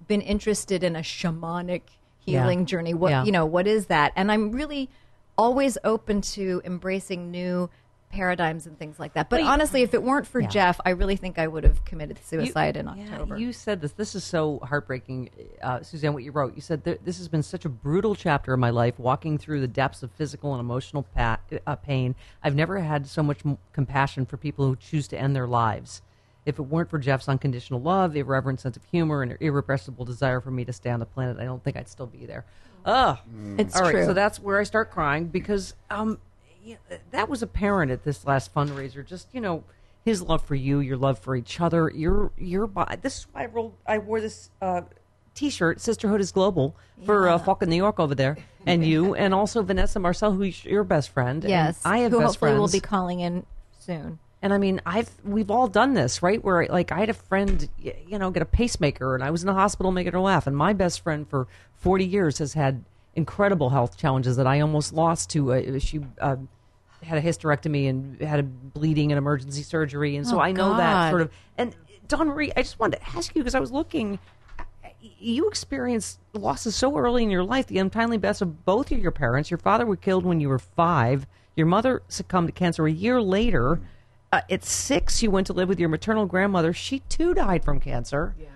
Speaker 3: been interested in a shamanic healing journey. What
Speaker 2: Yeah.
Speaker 3: you know, what is that? And I'm really always open to embracing new paradigms and things like that. But honestly, if it weren't for Jeff, I really think I would have committed suicide in
Speaker 2: Yeah,
Speaker 3: October.
Speaker 2: you said this. This is so heartbreaking, uh, Suzanne. What you wrote. You said "There- this has been such a brutal chapter in my life, walking through the depths of physical and emotional pa- uh, pain. I've never had so much m- compassion for people who choose to end their lives. If it weren't for Jeff's unconditional love, irreverent sense of humor, and irrepressible desire for me to stay on the planet, I don't think I'd still be there. Ugh.
Speaker 3: It's
Speaker 2: All right,
Speaker 3: true.
Speaker 2: so that's where I start crying because um, yeah, that was apparent at this last fundraiser. Just you know, his love for you, your love for each other, your your body. This is why I rolled. I wore this uh, t-shirt. Sisterhood is global for uh, Falcon New York over there, and you, and also Vanessa Marcel, who's your best friend. and
Speaker 3: yes,
Speaker 2: I have
Speaker 3: who
Speaker 2: best
Speaker 3: hopefully
Speaker 2: friends.
Speaker 3: will be calling in soon.
Speaker 2: And I mean, I've we've all done this, right? Where like I had a friend, y- you know, get a pacemaker, and I was in the hospital making her laugh. And my best friend for forty years has had incredible health challenges that I almost lost to. Uh, she uh, had a hysterectomy and had a bleeding and emergency surgery, and so
Speaker 3: Oh,
Speaker 2: I know that
Speaker 3: God.
Speaker 2: sort of. And Don Marie, I just wanted to ask you because I was looking. You experienced losses so early in your life, the untimely deaths of both of your parents. Your father was killed when you were five. Your mother succumbed to cancer a year later. Uh, at six, you went to live with your maternal grandmother. She too died from cancer. Yeah.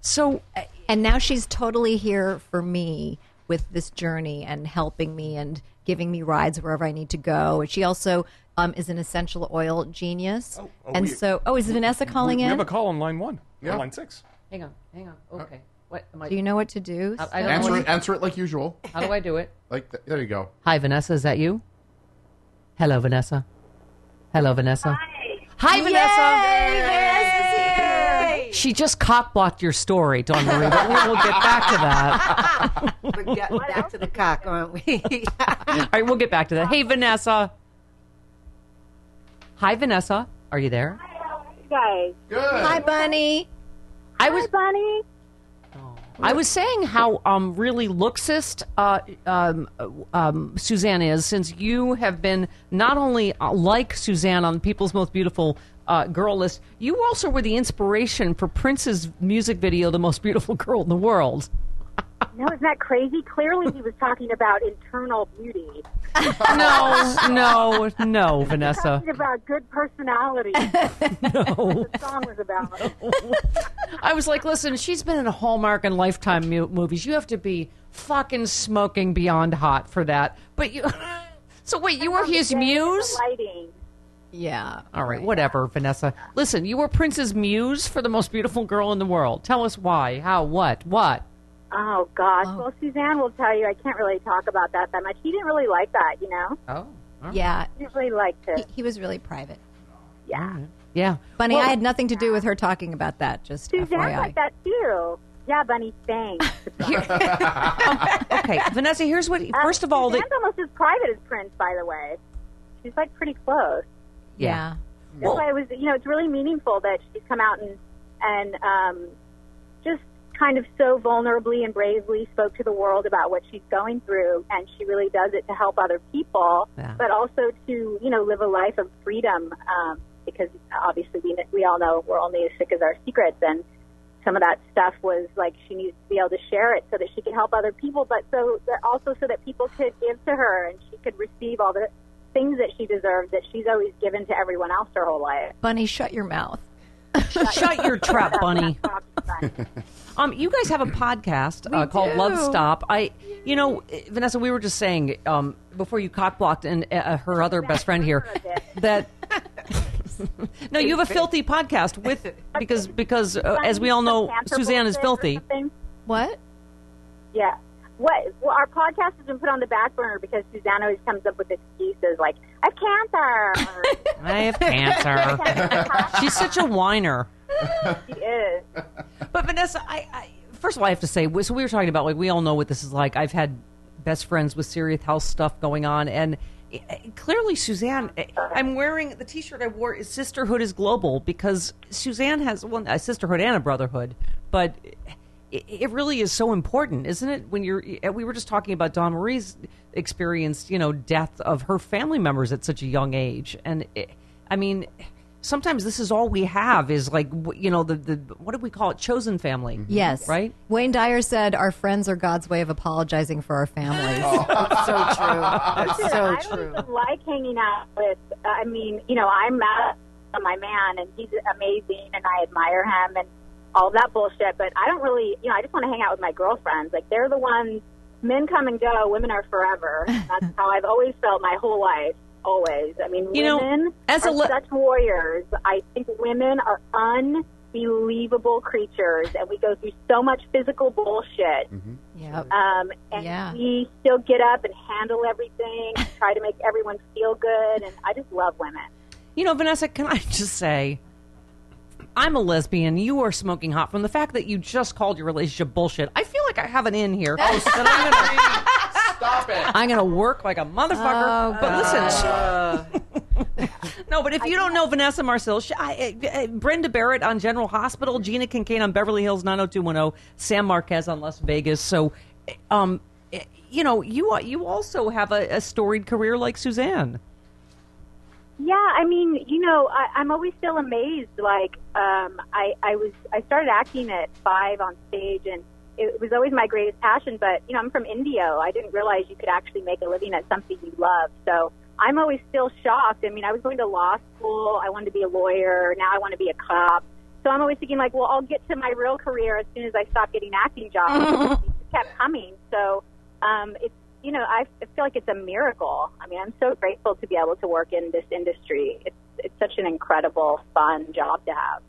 Speaker 2: So, uh,
Speaker 3: And now she's totally here for me with this journey and helping me and giving me rides wherever I need to go. And she also um, is an essential oil genius.
Speaker 4: oh,
Speaker 3: and
Speaker 4: we-
Speaker 3: so, oh, is Vanessa calling
Speaker 5: We
Speaker 3: in?
Speaker 5: have a call on Oh, line one. or
Speaker 4: Yeah.
Speaker 5: Line six. Uh,
Speaker 2: hang on, hang on. Okay, what am I?
Speaker 3: do you know what to do?
Speaker 2: I- I don't
Speaker 4: Answer
Speaker 2: know.
Speaker 4: it, answer it like usual.
Speaker 2: how do I do it?
Speaker 4: Like th- there you go.
Speaker 2: Hi, Vanessa. Is that you? Hello, Vanessa. Hello, Vanessa. Hi, Vanessa. She just cockblocked your story, Dawn Marie, but we will get back to that. [LAUGHS]
Speaker 6: We're getting back to the cock, aren't we?
Speaker 2: All right, we'll get back to that. Hey, Vanessa. Hi, Vanessa. Are you there?
Speaker 8: guys.
Speaker 4: Good.
Speaker 3: Hi, Bunny.
Speaker 2: I was
Speaker 8: Bunny.
Speaker 2: I was saying how um, really looksist uh, um, um, Suzanne is, since you have been not only uh, like Suzanne on People's Most Beautiful uh, Girl list, you also were the inspiration for Prince's music video, The Most Beautiful Girl in the World.
Speaker 8: No, isn't that crazy? Clearly, he was talking about internal beauty,
Speaker 2: [LAUGHS] No, [LAUGHS] no, no, Vanessa.
Speaker 8: talking about good personality. no. the song was about.
Speaker 2: I was like, listen, she's been in Hallmark and Lifetime mu- movies. You have to be fucking smoking beyond hot for that. But you. [LAUGHS] So wait, you were his muse?
Speaker 8: Lighting.
Speaker 3: Yeah.
Speaker 2: All right, whatever, Vanessa. Listen, you were Prince's muse for the most beautiful girl in the world. Tell us why, how, what, what.
Speaker 8: Oh gosh. Well, Suzanne will tell you I can't really talk about that that much. He didn't really like that, you know.
Speaker 2: Oh,
Speaker 3: Yeah.
Speaker 8: He didn't really like to.
Speaker 3: He, he was really private.
Speaker 8: Yeah.
Speaker 2: yeah.
Speaker 3: Bunny, I had nothing to do with her talking about that. Just
Speaker 8: Suzanne
Speaker 3: FYI.
Speaker 8: like that too. Yeah, Bunny.
Speaker 3: [LAUGHS]
Speaker 8: Thanks.
Speaker 2: Okay, Vanessa. Here's what. First of all,
Speaker 8: Um, Suzanne's
Speaker 2: that
Speaker 8: almost as private as Prince, by the way. She's like pretty close.
Speaker 2: Yeah.
Speaker 8: That's why it was, you know, it's really meaningful that she's come out and and um, just kind of so vulnerably and bravely spoke to the world about what she's going through, and she really does it to help other people,
Speaker 9: Yeah.
Speaker 8: but also to you know live a life of freedom. Um, because obviously we we all know we're only as sick as our secrets, and some of that stuff was like she needs to be able to share it so that she could help other people, but so that also so that people could give to her and she could receive all the things that she deserves that she's always given to everyone else her whole life.
Speaker 3: Bunny, shut your mouth. [LAUGHS]
Speaker 2: Shut your trap, bunny. um, you guys have a podcast uh,
Speaker 3: We
Speaker 2: called
Speaker 3: do.
Speaker 2: Love Stop. I, you know, eh, Vanessa, we were just saying um, before you cock blocked and uh, her other best friend here that. no, you have a filthy podcast with because because uh, as we all know,
Speaker 8: Cancer
Speaker 2: Suzanne is
Speaker 8: bullshit or
Speaker 2: filthy.
Speaker 8: something.
Speaker 3: What?
Speaker 8: Yeah. What? Well, our podcast has been put on the back burner because Suzanne always comes up with excuses like "I have cancer." or,
Speaker 2: I have cancer. She's such a whiner.
Speaker 8: she is.
Speaker 2: But Vanessa, I, I first of all, I have to say, so we were talking about like we all know what this is like. I've had best friends with serious house stuff going on, and eh, eh, clearly, Suzanne, eh, I'm wearing the T-shirt I wore is "Sisterhood is Global" because Suzanne has one a sisterhood and a brotherhood, but. It, it really is so important, isn't it? When you're, eh, we were just talking about Dawn Marie's experienced, you know, death of her family members at such a young age, and eh, I mean, sometimes this is all we have is like w- you know the, the what do we call it chosen family
Speaker 3: Yes.
Speaker 2: right
Speaker 3: Wayne Dyer said, Our friends are God's way of apologizing for our families.
Speaker 8: Oh.
Speaker 3: [LAUGHS]
Speaker 8: That's true. I don't even like hanging out with. I mean, you know, I'm mad at my man, and he's amazing, and I admire him, and all that bullshit. But I don't really, you know, I just want to hang out with my girlfriends. Like they're the ones. Men come and go. Women are forever. [LAUGHS] That's how I've always felt my whole life. Always. I mean,
Speaker 2: You know,
Speaker 8: women
Speaker 2: as a
Speaker 8: are
Speaker 2: le-
Speaker 8: such warriors. I think women are unbelievable creatures, and we go through so much physical bullshit.
Speaker 2: Mm-hmm.
Speaker 3: Yeah.
Speaker 8: Um, and
Speaker 3: Yeah.
Speaker 8: we still get up and handle everything, and try to make everyone feel good, and I just love women.
Speaker 2: you know vanessa can i [LAUGHS] just say i'm a lesbian you are smoking hot from the fact that you just called your relationship bullshit i feel like i have an in
Speaker 8: [LAUGHS]
Speaker 2: here that Oh, i'm gonna
Speaker 4: Stop it.
Speaker 2: I'm gonna work like a motherfucker.
Speaker 3: Oh,
Speaker 2: but listen, no. But if you don't know Vanessa Marcel, she, I, I, I- Brenda Barrett on General Hospital, Gina Kincaid on Beverly Hills 90210, Sam Marquez on Las Vegas. So, um, you know, you you also have a, a storied career like Suzanne.
Speaker 8: Yeah, I mean, you know, I, I'm always still amazed. Like, um, I, I was, I started acting at five on stage, and it was always my greatest passion. But you know, I'm from Indio. I didn't realize you could actually make a living at something you love. So I'm always still shocked. I mean, I was going to law school. I wanted to be a lawyer. Now I want to be a cop. So I'm always thinking, like, well, I'll get to my real career as soon as I stop getting acting jobs. it just kept coming. So um, it's you know, I I feel like it's a miracle. I mean, I'm so grateful to be able to work in this industry. It's it's such an incredible, fun job to have.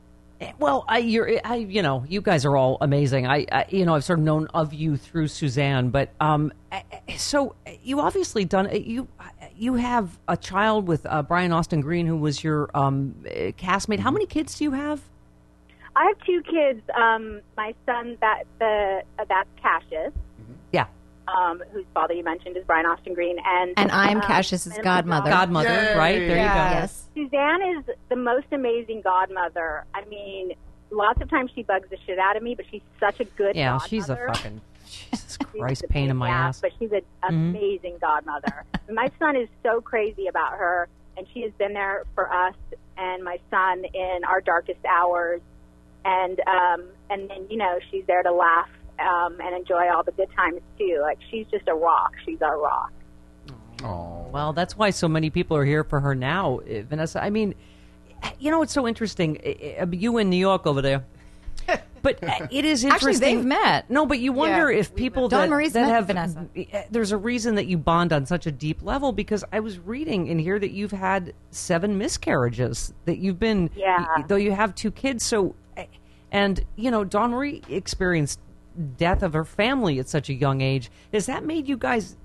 Speaker 2: Well, I, you're, I, you know, you guys are all amazing. I, I, you know, I've sort of known of you through Suzanne, but um, I- I- so you obviously done uh, you, you have a child with uh, Brian Austin Green, who was your um eh, castmate.
Speaker 8: Mm-hmm.
Speaker 2: How many kids do you have?
Speaker 8: I have two kids. Um, my son, that the uh, that's Cassius,
Speaker 2: Yeah,
Speaker 8: um, whose father you mentioned is Brian Austin Green, and
Speaker 3: And I'm
Speaker 8: um,
Speaker 3: Cassius's
Speaker 8: and
Speaker 3: godmother.
Speaker 2: godmother, right? There you go.
Speaker 3: Yes.
Speaker 8: Suzanne is the most amazing godmother. I mean, lots of times she bugs the shit out of me, but she's such a good
Speaker 2: Yeah,
Speaker 8: godmother.
Speaker 2: she's a fucking Jesus
Speaker 8: [LAUGHS] She's
Speaker 2: Christ
Speaker 8: a
Speaker 2: pain in my
Speaker 8: pain
Speaker 2: ass. Mm-hmm.
Speaker 8: But she's an amazing
Speaker 2: [LAUGHS]
Speaker 8: godmother. my son is so crazy about her, and she has been there for us and my son in our darkest hours. And um, and then you know she's there to laugh um, and enjoy all the good times too. Like she's just a rock. She's our rock.
Speaker 2: Well, that's why so many people are here for her now, eh, Vanessa. I mean, eh, you know, it's so interesting. eh, eh, You in New York over there. But eh, it is interesting.
Speaker 3: Actually, they've met.
Speaker 2: No, but you wonder if people
Speaker 3: Dawn
Speaker 2: that,
Speaker 3: Marie's
Speaker 2: that
Speaker 3: met
Speaker 2: have [LAUGHS]
Speaker 3: Vanessa.
Speaker 2: eh, There's a reason that you bond on such a deep level because I was reading in here that you've had seven miscarriages that you've been
Speaker 8: Yeah.
Speaker 2: though you have two kids. So, eh, and you know, Dawn Marie experienced death of her family at such a young age. Has that made you guys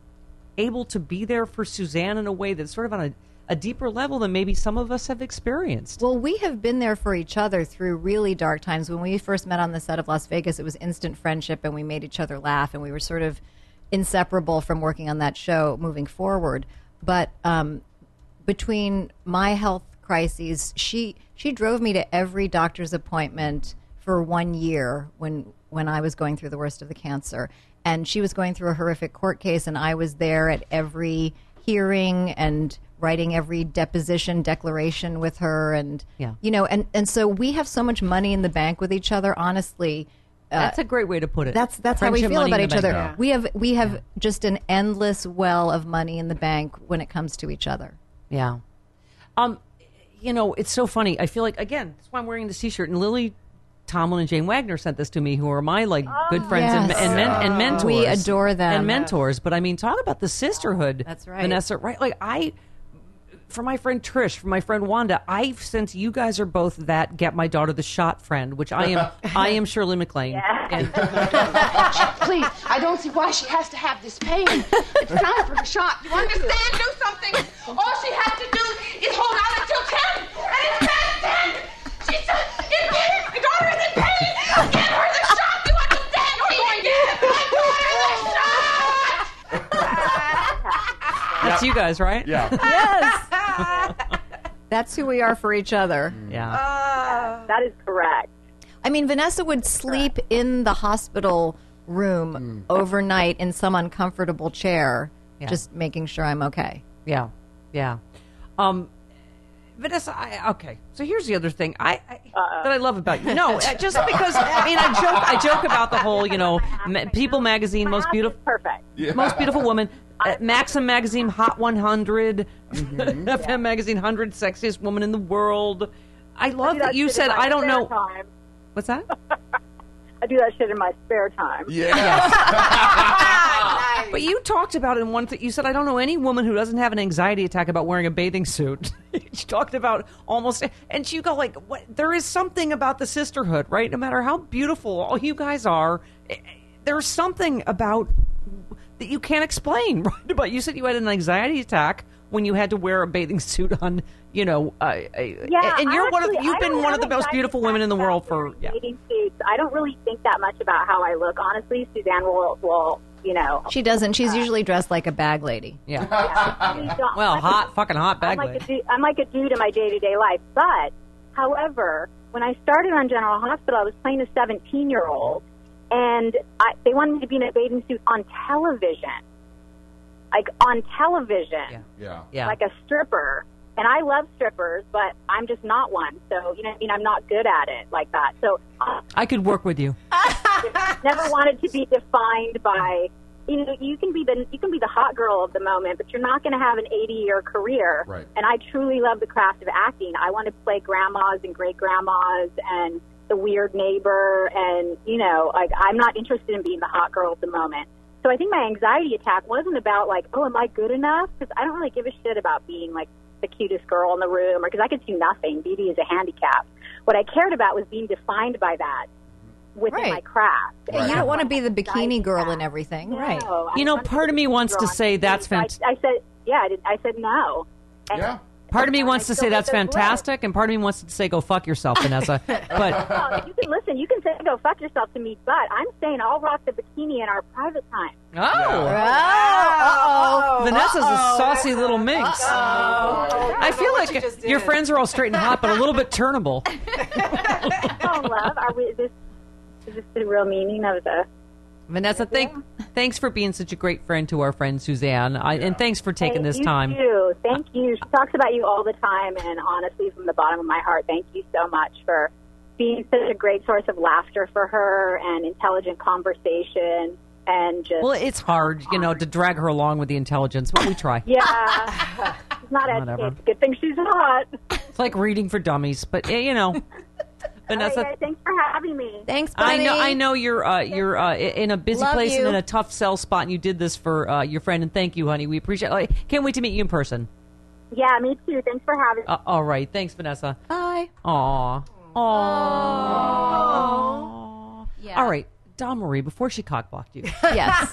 Speaker 2: able to be there for Suzanne in a way that's sort of on a, a deeper level than maybe some of us have experienced?
Speaker 3: Well, we have been there for each other through really dark times. When we first met on the set of Las Vegas, it was instant friendship and we made each other laugh and we were sort of inseparable from working on that show moving forward. But um, between my health crises, she she drove me to every doctor's appointment for one year when when I was going through the worst of the cancer, and she was going through a horrific court case, and I was there at every hearing and writing every deposition declaration with her and
Speaker 2: Yeah.
Speaker 3: you know and and so we have so much money in the bank with each other honestly uh,
Speaker 2: That's a great way to put it.
Speaker 3: that's that's how we
Speaker 2: Friendship
Speaker 3: feel
Speaker 2: money
Speaker 3: about
Speaker 2: in
Speaker 3: each
Speaker 2: the
Speaker 3: other.
Speaker 2: bank.
Speaker 3: We have we have just an endless well of money in the bank when it comes to each other.
Speaker 2: Yeah. Um, you know, it's so funny. I feel like again, that's why I'm wearing this T-shirt. And Lily Tomlin and Jane Wagner sent this to me, who are my like good friends and,
Speaker 3: yes.
Speaker 2: and, men, and mentors.
Speaker 3: We adore them.
Speaker 2: and mentors. But I mean, talk about the sisterhood.
Speaker 3: That's right.
Speaker 2: Vanessa. Right? Like I. For my friend Trish, for my friend Wanda, I've since you guys are both that get my daughter the shot friend, which I am. I am Shirley MacLaine.
Speaker 6: Oh, Please, I don't see why she has to have this pain. It's time for a shot. You understand? Do something. All she has to do is hold on until ten, and it's past ten. She's uh, in pain. My daughter is in pain. Get her the shot. You understand? You're going to get my daughter the shot.
Speaker 2: That's you guys, right? [LAUGHS]
Speaker 4: Yeah.
Speaker 8: [LAUGHS]
Speaker 3: Yes, that's who we are for each other.
Speaker 2: Mm. Yeah.
Speaker 8: That is correct.
Speaker 3: I mean, Vanessa would sleep in the hospital room overnight in some uncomfortable chair, just making sure I'm okay.
Speaker 2: Yeah, yeah. Um, Vanessa, I, okay. So here's the other thing I, I that I love about you. No, uh,
Speaker 8: [LAUGHS]
Speaker 2: just because I mean, I joke, I joke about the whole, you know, ma- People Magazine, most
Speaker 8: Ask is
Speaker 2: beautiful,
Speaker 8: Perfect.
Speaker 2: most beautiful
Speaker 8: [LAUGHS]
Speaker 2: woman, uh, Maxim Magazine, Hot 100,
Speaker 8: Mm-hmm.
Speaker 2: [LAUGHS] FM Magazine, 100 sexiest woman in the world. I love
Speaker 8: Do
Speaker 2: that
Speaker 8: that
Speaker 2: you
Speaker 8: shit
Speaker 2: said
Speaker 8: in my
Speaker 2: I don't
Speaker 8: spare
Speaker 2: know.
Speaker 8: time.
Speaker 2: What's that?
Speaker 8: I do that shit in my spare time.
Speaker 4: Yeah.
Speaker 2: But you talked about in one thing. You said, "I don't know any woman who doesn't have an anxiety attack about wearing a bathing suit." [LAUGHS] she talked about almost, and she go like, "What? There is something about the sisterhood, right? No matter how beautiful all you guys are, eh, eh, there's something about that you can't explain." [LAUGHS] Right? About you said you had an anxiety attack when you had to wear a bathing suit on, you know, uh,
Speaker 8: Yeah,
Speaker 2: and you're
Speaker 8: I
Speaker 2: one of
Speaker 8: actually- I
Speaker 2: you've been
Speaker 8: don't
Speaker 2: one of the
Speaker 8: have
Speaker 2: most
Speaker 8: anxiety
Speaker 2: beautiful women in the
Speaker 8: attacks
Speaker 2: world
Speaker 8: about
Speaker 2: for
Speaker 8: wearing
Speaker 2: yeah.
Speaker 8: dating suits. I don't really think that much about how I look. Honestly, Suzanne will, will you know.
Speaker 3: She doesn't. She's usually dressed like a bag lady.
Speaker 2: Yeah.
Speaker 8: she's not-
Speaker 2: Well, hot, fucking hot bag
Speaker 8: I'm like,
Speaker 2: lady.
Speaker 8: a dude, I'm like a dude in my day to day life. But, however, when I started on General Hospital, I was playing a 17 year old, and I, they wanted me to be in a bathing suit on television. Like, on television.
Speaker 2: Yeah.
Speaker 4: Yeah.
Speaker 2: Yeah.
Speaker 8: Like a stripper. And I love strippers, but I'm just not one. So, you know, what I mean, I'm not good at it like that. So, I
Speaker 2: I could work with you.
Speaker 8: [LAUGHS] never wanted to be defined by. You know, you can be the you can be the hot girl of the moment, but you're not going to have an 80 year career.
Speaker 4: Right.
Speaker 8: And I truly love the craft of acting. I want to play grandmas and great grandmas and the weird neighbor, and you know, like I'm not interested in being the hot girl of the moment. So I think my anxiety attack wasn't about like, oh, am I good enough? Because I don't really give a shit about being like the cutest girl in the room, or because I could do nothing. Beauty is a handicap. What I cared about was being defined by that within
Speaker 3: Right.
Speaker 8: my craft.
Speaker 3: But
Speaker 8: And
Speaker 3: you don't
Speaker 8: that's
Speaker 3: want to be
Speaker 8: why
Speaker 3: the
Speaker 8: I'm
Speaker 3: bikini
Speaker 8: excited
Speaker 3: girl
Speaker 8: about
Speaker 3: and
Speaker 8: it.
Speaker 3: everything,
Speaker 8: No,
Speaker 3: right?
Speaker 8: I
Speaker 2: You know,
Speaker 8: wanted
Speaker 2: part
Speaker 8: to
Speaker 2: of me
Speaker 8: be
Speaker 2: wants to
Speaker 8: drawn
Speaker 2: say that's
Speaker 8: I-
Speaker 2: fant-
Speaker 8: I, said, yeah, I, did, I said no. And
Speaker 4: Yeah.
Speaker 2: Part of me
Speaker 8: and
Speaker 2: wants
Speaker 8: I
Speaker 2: to
Speaker 8: still
Speaker 2: say
Speaker 8: get
Speaker 2: that's
Speaker 8: those looks.
Speaker 2: [LAUGHS] fantastic, and part of me wants to say go fuck yourself, Vanessa. But
Speaker 8: Oh, you can listen. You can say go fuck yourself to me, but I'm saying I'll rock the bikini in our private time.
Speaker 2: oh,
Speaker 3: Oh, uh-oh.
Speaker 2: Vanessa's [LAUGHS] a saucy little minx. I feel
Speaker 6: what you
Speaker 2: like
Speaker 6: just
Speaker 2: your
Speaker 6: did.
Speaker 2: friends are all straight and hot, but a little bit turnable.
Speaker 8: Oh, love, are we? Is this is this the real meaning of the?
Speaker 2: Vanessa, thank, thanks for being such a great friend to our friend Suzanne, I, and thanks for taking this
Speaker 8: you
Speaker 2: time.
Speaker 8: too. Thank you. She talks about you all the time, and honestly, from the bottom of my heart, thank you so much for being such a great source of laughter for her and intelligent conversation and just
Speaker 2: Well, it's hard, you know, to drag her along with the intelligence, but we try.
Speaker 8: [LAUGHS] yeah.
Speaker 2: [LAUGHS]
Speaker 8: she's not
Speaker 2: Whatever.
Speaker 8: educated. Good thing she's not.
Speaker 2: It's like reading for dummies, but eh, you know, Vanessa.
Speaker 8: Hey, guys, thanks for having me.
Speaker 3: Thanks, buddy.
Speaker 2: I know, I know you're uh, you're uh, i- in a busy
Speaker 3: Love
Speaker 2: place
Speaker 3: you.
Speaker 2: and in a tough sell spot, and you did this for uh, your friend. And thank you, honey. We appreciate. it. can't wait to meet you in person.
Speaker 8: Yeah, me too. Thanks for having me.
Speaker 2: Uh, all right, thanks, Vanessa.
Speaker 3: Bye.
Speaker 2: Aw, aw.
Speaker 3: Yeah.
Speaker 2: All right, Don Marie. Before she cockblocked you, [LAUGHS] can
Speaker 3: [LAUGHS] Yes.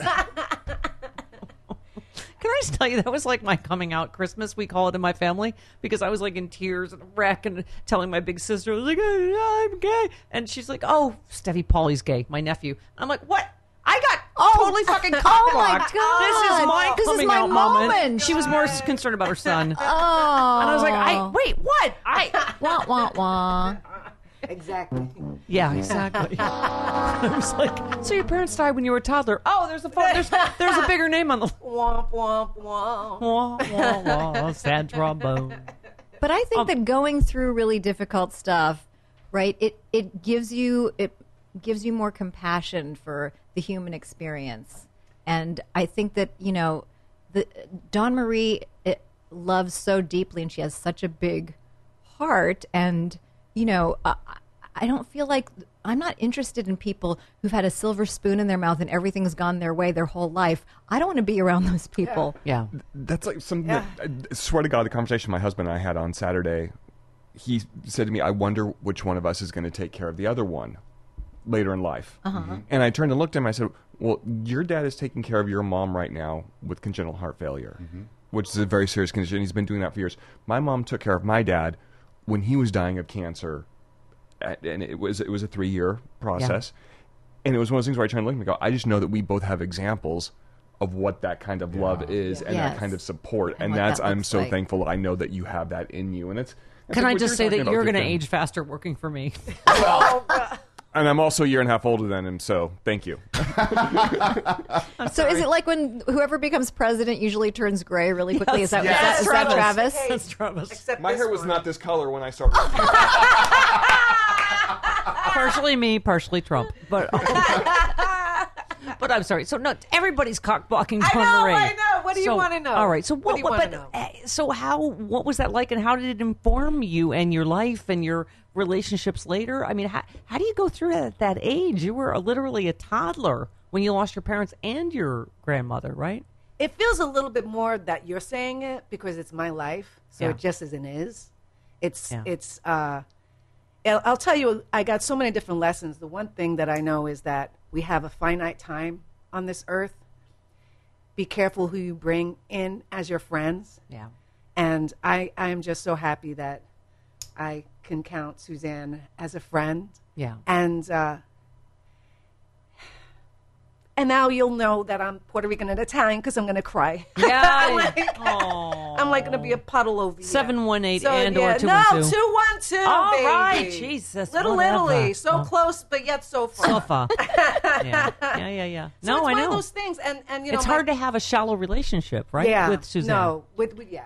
Speaker 2: I just tell you that was like my coming out Christmas? We call it in my family because I was like in tears and a wreck and telling my big sister, I was like, "Ah, I'm gay, and she's like, Oh, Steffi Paulie's gay, my nephew. I'm like, What? I got totally fucking cockblocked.
Speaker 3: Oh my god!
Speaker 2: This is my
Speaker 3: This is
Speaker 2: coming
Speaker 3: my
Speaker 2: out
Speaker 3: moment.
Speaker 2: She was more concerned about
Speaker 3: [LAUGHS]
Speaker 2: her son.
Speaker 3: Oh.
Speaker 2: And I was like, I wait, what? I
Speaker 3: [LAUGHS] wah wah wah.
Speaker 9: Exactly.
Speaker 2: yeah, [LAUGHS] exactly. I was like, so your parents died when you were a toddler. Oh, there's a phone. There's there's a bigger name on the. [LAUGHS]
Speaker 9: Womp womp womp.
Speaker 2: Wah, wah, wah, sad trombone.
Speaker 3: But I think that going through really difficult stuff, right? It it gives you it gives you more compassion for the human experience, and I think that you know, the Dawn Marie it, loves so deeply, and she has such a big heart, and you know. I I don't feel like I'm not interested in people who've had a silver spoon in their mouth and everything's gone their way their whole life. I don't want to be around those people.
Speaker 2: Yeah.
Speaker 5: That's like something that I swear to God, the conversation my husband and I had on Saturday, he said to me, I wonder which one of us is going to take care of the other one later in life.
Speaker 3: Uh-huh.
Speaker 5: And I turned and looked at him. I said, Well, your dad is taking care of your mom right now with congenital heart failure, which is a very serious condition. He's been doing that for years. My mom took care of my dad when he was dying of cancer, at, and it was it was a three year process. And it was one of those things where I turned and looked at him and go, I just know that we both have examples of what that kind of love is and
Speaker 2: Yes.
Speaker 5: that kind of support.
Speaker 2: And
Speaker 5: And,
Speaker 2: what
Speaker 5: that's,
Speaker 2: that
Speaker 5: I'm
Speaker 2: looks
Speaker 5: so
Speaker 2: like.
Speaker 5: thankful I know that you have that in you. And it's.
Speaker 2: Can
Speaker 5: like
Speaker 2: I
Speaker 5: what
Speaker 2: just say
Speaker 5: talking
Speaker 2: that
Speaker 5: about,
Speaker 2: you're going to
Speaker 5: Kristen.
Speaker 2: age faster working
Speaker 5: [LAUGHS]
Speaker 2: for me?
Speaker 5: And I'm also a year and a half older than him, so thank
Speaker 2: [LAUGHS]
Speaker 5: you.
Speaker 3: So is it like when whoever becomes president usually turns gray really quickly? Is that,
Speaker 5: Yes.
Speaker 3: is that, is that
Speaker 5: Travis.
Speaker 3: Travis?
Speaker 5: Hey,
Speaker 2: That's Travis. Oh,
Speaker 5: My hair was not this color when I started.
Speaker 2: partially me, partially Trump,
Speaker 9: [LAUGHS]
Speaker 2: but but I'm sorry. So no, everybody's cock blocking.
Speaker 9: I know,
Speaker 2: Connery.
Speaker 9: I know. What do you
Speaker 2: So-
Speaker 9: wanna know?
Speaker 2: All right. So
Speaker 9: What
Speaker 2: what?
Speaker 9: do you
Speaker 2: what-
Speaker 9: wanna
Speaker 2: but eh, so how? What was that like, and how did it inform you and your life and your relationships later? I mean, how how do you go through that at that age? You were literally a toddler when you lost your parents and your grandmother,
Speaker 9: [LAUGHS]
Speaker 2: right?
Speaker 9: It feels a little bit more that you're saying it because it's my life, so
Speaker 2: Yeah.
Speaker 9: it just isn't is. It's
Speaker 2: Yeah.
Speaker 9: it's. uh I'll, I'll tell you, I got so many different lessons. The one thing that I know is that we have a finite time on this earth. Be careful who you bring in as your friends.
Speaker 2: Yeah.
Speaker 9: And I, I am just so happy that I can count Suzanne as a friend.
Speaker 2: Yeah.
Speaker 9: And uh, and now you'll know that I'm Puerto Rican and Italian because I'm going to cry. [LAUGHS] I'm like, [LAUGHS] I'm like going to be a puddle over you.
Speaker 2: Seven one eight
Speaker 9: So,
Speaker 2: and
Speaker 9: yeah,
Speaker 2: or two
Speaker 9: no,
Speaker 2: one two.
Speaker 9: two one two.
Speaker 2: All
Speaker 9: baby.
Speaker 2: right, Jesus,
Speaker 9: Little
Speaker 2: whatever.
Speaker 9: Italy, so
Speaker 2: Oh.
Speaker 9: close but yet so far.
Speaker 2: Sofa. yeah. yeah, yeah, [LAUGHS] yeah.
Speaker 9: So
Speaker 2: no, I
Speaker 9: it's one
Speaker 2: know.
Speaker 9: of those things, and and you know,
Speaker 2: it's
Speaker 9: my-
Speaker 2: hard to have a shallow relationship, right?
Speaker 9: Yeah.
Speaker 2: With Suzanne.
Speaker 9: No, [LAUGHS] with, with yeah,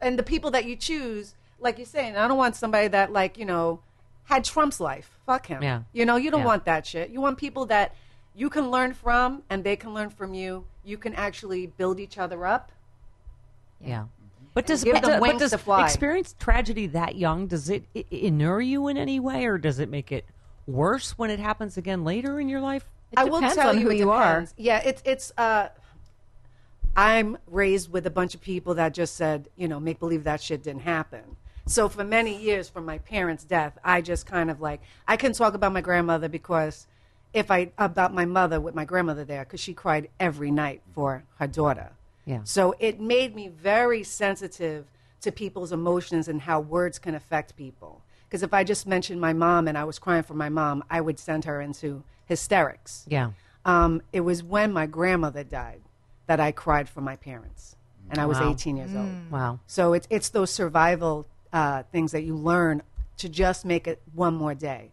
Speaker 9: and the people that you choose, like you're saying, I don't want somebody that like you know had Trump's life. Fuck him.
Speaker 2: Yeah.
Speaker 9: You know, you don't
Speaker 2: Yeah.
Speaker 9: want that shit. You want people that you can learn from, and they can learn from you. You can actually build each other up.
Speaker 2: Yeah. But does,
Speaker 9: Mm-hmm. Give
Speaker 2: but,
Speaker 9: them
Speaker 2: but
Speaker 9: wings
Speaker 2: does
Speaker 9: to fly.
Speaker 2: experience tragedy that young, does it i- inure you in any way or does it make it worse when it happens again later in your life?
Speaker 9: I will
Speaker 3: depends
Speaker 9: tell
Speaker 3: on
Speaker 9: you,
Speaker 3: who
Speaker 9: it
Speaker 3: you are.
Speaker 9: depends. Yeah, it's it's. uh I'm raised with a bunch of people that just said, you know, make believe that shit didn't happen. So for many years, from my parents' death, I just kind of like I can talk about my grandmother because if I about my mother with my grandmother there because she cried every night for her daughter.
Speaker 2: Yeah.
Speaker 9: So it made me very sensitive to people's emotions and how words can affect people. Because if I just mentioned my mom and I was crying for my mom, I would send her into hysterics.
Speaker 2: Yeah.
Speaker 9: Um, it was when my grandmother died that I cried for my parents, and I was
Speaker 2: Wow.
Speaker 9: 18 years old.
Speaker 3: Mm.
Speaker 2: Wow.
Speaker 9: So it's it's those survival uh, things that you learn to just make it one more day,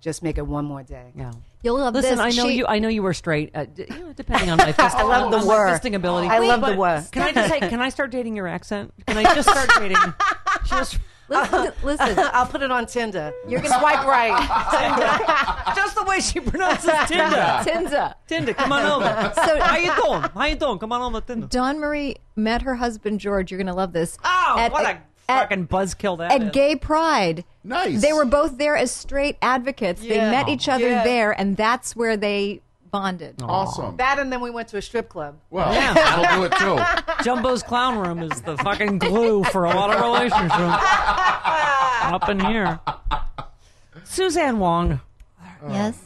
Speaker 9: just make it one more day.
Speaker 2: Yeah.
Speaker 3: You'll love
Speaker 2: Listen,
Speaker 3: this.
Speaker 2: I know
Speaker 3: She- [LAUGHS]
Speaker 2: you. I know you were straight. Uh, d- you know, depending
Speaker 9: [LAUGHS]
Speaker 2: on my fist,
Speaker 9: I love the
Speaker 2: on
Speaker 9: word.
Speaker 2: My fisting ability.
Speaker 9: I love the
Speaker 2: But
Speaker 9: word.
Speaker 2: Can I just say? Can I start dating your accent? Can I just
Speaker 9: [LAUGHS]
Speaker 2: start dating? Just,
Speaker 3: Listen, listen.
Speaker 9: I'll put it on Tinder. You're gonna swipe [LAUGHS] right.
Speaker 2: just the way she pronounces
Speaker 3: [LAUGHS]
Speaker 2: Tinder.
Speaker 3: Tinza.
Speaker 2: Tinder, come on over.
Speaker 3: [LAUGHS] So-
Speaker 2: how you doing? How you doing? Come on over, Tinder.
Speaker 3: Dawn Marie met her husband George. You're gonna love this.
Speaker 2: Oh,
Speaker 3: At-
Speaker 2: what a,
Speaker 3: at-
Speaker 2: [LAUGHS] fucking buzzkill that
Speaker 3: at
Speaker 2: is.
Speaker 3: Gay Pride.
Speaker 4: Nice.
Speaker 3: They were both there as straight advocates. They
Speaker 9: Yeah.
Speaker 3: met each other
Speaker 9: Yeah.
Speaker 3: there, and that's where they bonded.
Speaker 4: awesome.
Speaker 9: that and then we went to a strip club.
Speaker 4: well,
Speaker 2: Yeah.
Speaker 4: that'll do it too.
Speaker 2: [LAUGHS] Jumbo's clown room is the fucking glue for a lot of relationships up in here. Suzanne Wong,
Speaker 3: Yes.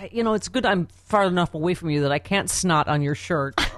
Speaker 2: I- you know it's good I'm far enough away from you that I can't snot on your shirt. [LAUGHS]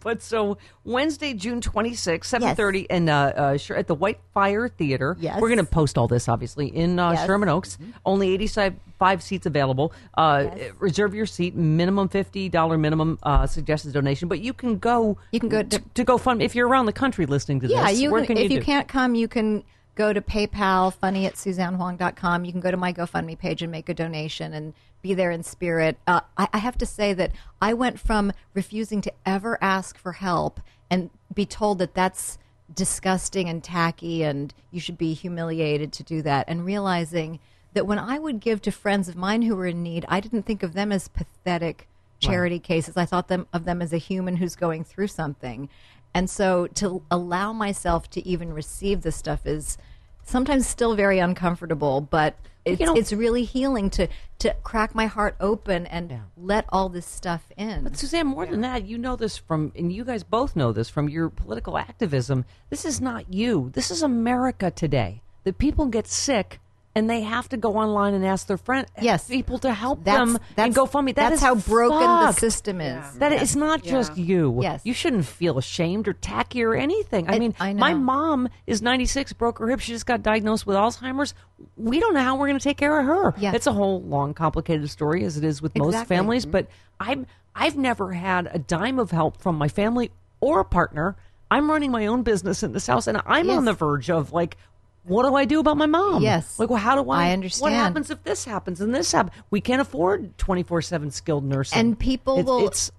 Speaker 2: But so Wednesday, June 26th, 7.30 and uh, uh, Sher- at the White Fire Theater.
Speaker 6: Yes.
Speaker 2: We're going to post all this, obviously, in uh,
Speaker 6: Yes.
Speaker 2: Sherman Oaks. Only 85 five seats available. Uh, Reserve your seat. Minimum $50 minimum uh, suggested donation. But you can go You can go to, to GoFundMe. If you're around the country listening to
Speaker 3: Yeah,
Speaker 2: this,
Speaker 3: you
Speaker 2: where
Speaker 3: can,
Speaker 2: can
Speaker 3: if
Speaker 2: you
Speaker 3: you
Speaker 2: do?
Speaker 3: can't come, you can go to PayPal, funny at suzannehuang.com. You can go to my GoFundMe page and make a donation and be there in spirit. Uh, I, I have to say that I went from refusing to ever ask for help and be told that that's disgusting and tacky and you should be humiliated to do that and realizing that when I would give to friends of mine who were in need, I didn't think of them as pathetic charity cases. I thought them of them as a human who's going through something. And so to allow myself to even receive this stuff is sometimes still very uncomfortable, but it's,
Speaker 2: know-
Speaker 3: it's really healing to, to crack my heart open and let all this stuff in.
Speaker 2: But Suzanne, more than that, you know this from, and you guys both know this from your political activism. This is not you. This is America today. The people get sick, and they have to go online and ask their friend, yes, people to help
Speaker 3: That's-
Speaker 2: them and
Speaker 3: that's-
Speaker 2: GoFundMe. That
Speaker 3: that's
Speaker 2: is
Speaker 3: how broken the
Speaker 2: fucked.
Speaker 3: system is. Yeah.
Speaker 2: That
Speaker 3: Yeah.
Speaker 2: it's not
Speaker 3: Yeah.
Speaker 2: just you.
Speaker 3: Yes.
Speaker 2: you shouldn't feel ashamed or tacky or anything. I, mean, my mom is ninety six, broke her hip. She just got diagnosed with Alzheimer's. We don't know how we're going to take care of her.
Speaker 6: Yeah.
Speaker 2: That's a whole long, complicated story, as it is with most
Speaker 6: Exactly.
Speaker 2: families. But I'm I've never had a dime of help from my family or a partner. I'm running my own business in this house, and I'm on the verge of like, what do I do about my mom?
Speaker 3: Yes.
Speaker 2: like, well, how do I?
Speaker 3: I understand.
Speaker 2: What happens if this happens and this happens? We can't afford twenty four seven skilled nursing,
Speaker 3: And people
Speaker 2: It's-
Speaker 3: will.
Speaker 2: It's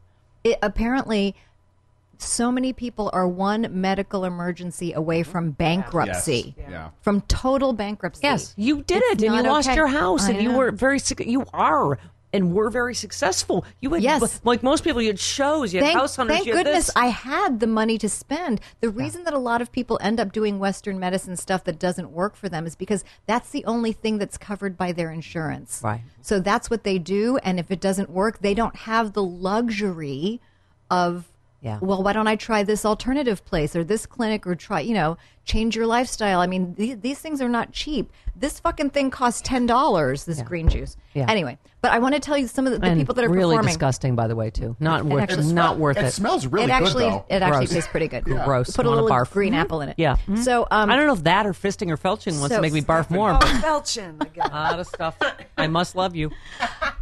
Speaker 3: it, apparently, so many people are one medical emergency away from bankruptcy.
Speaker 2: Yes. Yeah.
Speaker 3: From total bankruptcy.
Speaker 2: Yes, you did it, and you lost your house, and you were very sick. You are. And were very successful. You had yes. like most people. You had shows. You had
Speaker 3: thank,
Speaker 2: house hunters.
Speaker 3: thank
Speaker 2: you had
Speaker 3: goodness
Speaker 2: this.
Speaker 3: I had the money to spend. The reason that a lot of people end up doing Western medicine stuff that doesn't work for them is because that's the only thing that's covered by their insurance.
Speaker 2: Right.
Speaker 3: So that's what they do. And if it doesn't work, they don't have the luxury of,
Speaker 2: Yeah.
Speaker 3: well, why don't I try this alternative place or this clinic or try, you know, change your lifestyle? I mean, th- these things are not cheap. This fucking thing costs $10, this green juice.
Speaker 2: Yeah.
Speaker 3: Anyway, but I want to tell you some of the, the
Speaker 2: And
Speaker 3: people that are
Speaker 2: really
Speaker 3: performing.
Speaker 2: disgusting, by the way, too. Not
Speaker 3: It
Speaker 2: worth
Speaker 3: actually
Speaker 2: it.
Speaker 3: smells-
Speaker 2: Not worth it.
Speaker 3: it smells really It good, actually- though. it actually
Speaker 2: Gross.
Speaker 3: tastes pretty good. Yeah.
Speaker 2: Gross.
Speaker 3: Put a
Speaker 2: Wanna
Speaker 3: little
Speaker 2: barf.
Speaker 3: green apple in it.
Speaker 2: Yeah.
Speaker 3: So um,
Speaker 2: I don't know if that or fisting or felching wants to
Speaker 3: So-
Speaker 2: make me barf more.
Speaker 3: Oh,
Speaker 2: but
Speaker 9: Felchin.
Speaker 2: [LAUGHS] A lot of stuff. I must love you.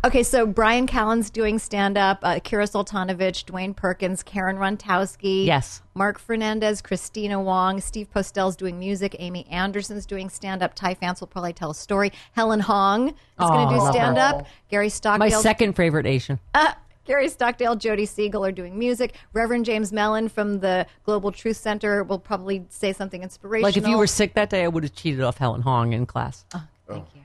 Speaker 3: Okay, so Brian Callen's doing stand up, uh, Kira Soltanovich, Dwayne Perkins, Karen Rontowski.
Speaker 2: Yes.
Speaker 3: Mark Fernandez, Christina Wong, Steve Postel's doing music, Amy Anderson's doing stand up, Ty Fance will probably tell a story, Helen Hong is going
Speaker 2: Aw,
Speaker 3: to do
Speaker 2: love her.
Speaker 3: stand up, Gary
Speaker 2: My
Speaker 3: Stockdale.
Speaker 2: second favorite Asian.
Speaker 3: Uh, Gary Stockdale, Jody Siegel are doing music. Reverend James Mellon from the Global Truth Center will probably say something inspirational. Oh,
Speaker 2: Like if you were sick that day, I would have cheated off Helen Hong in class.
Speaker 3: Thank you.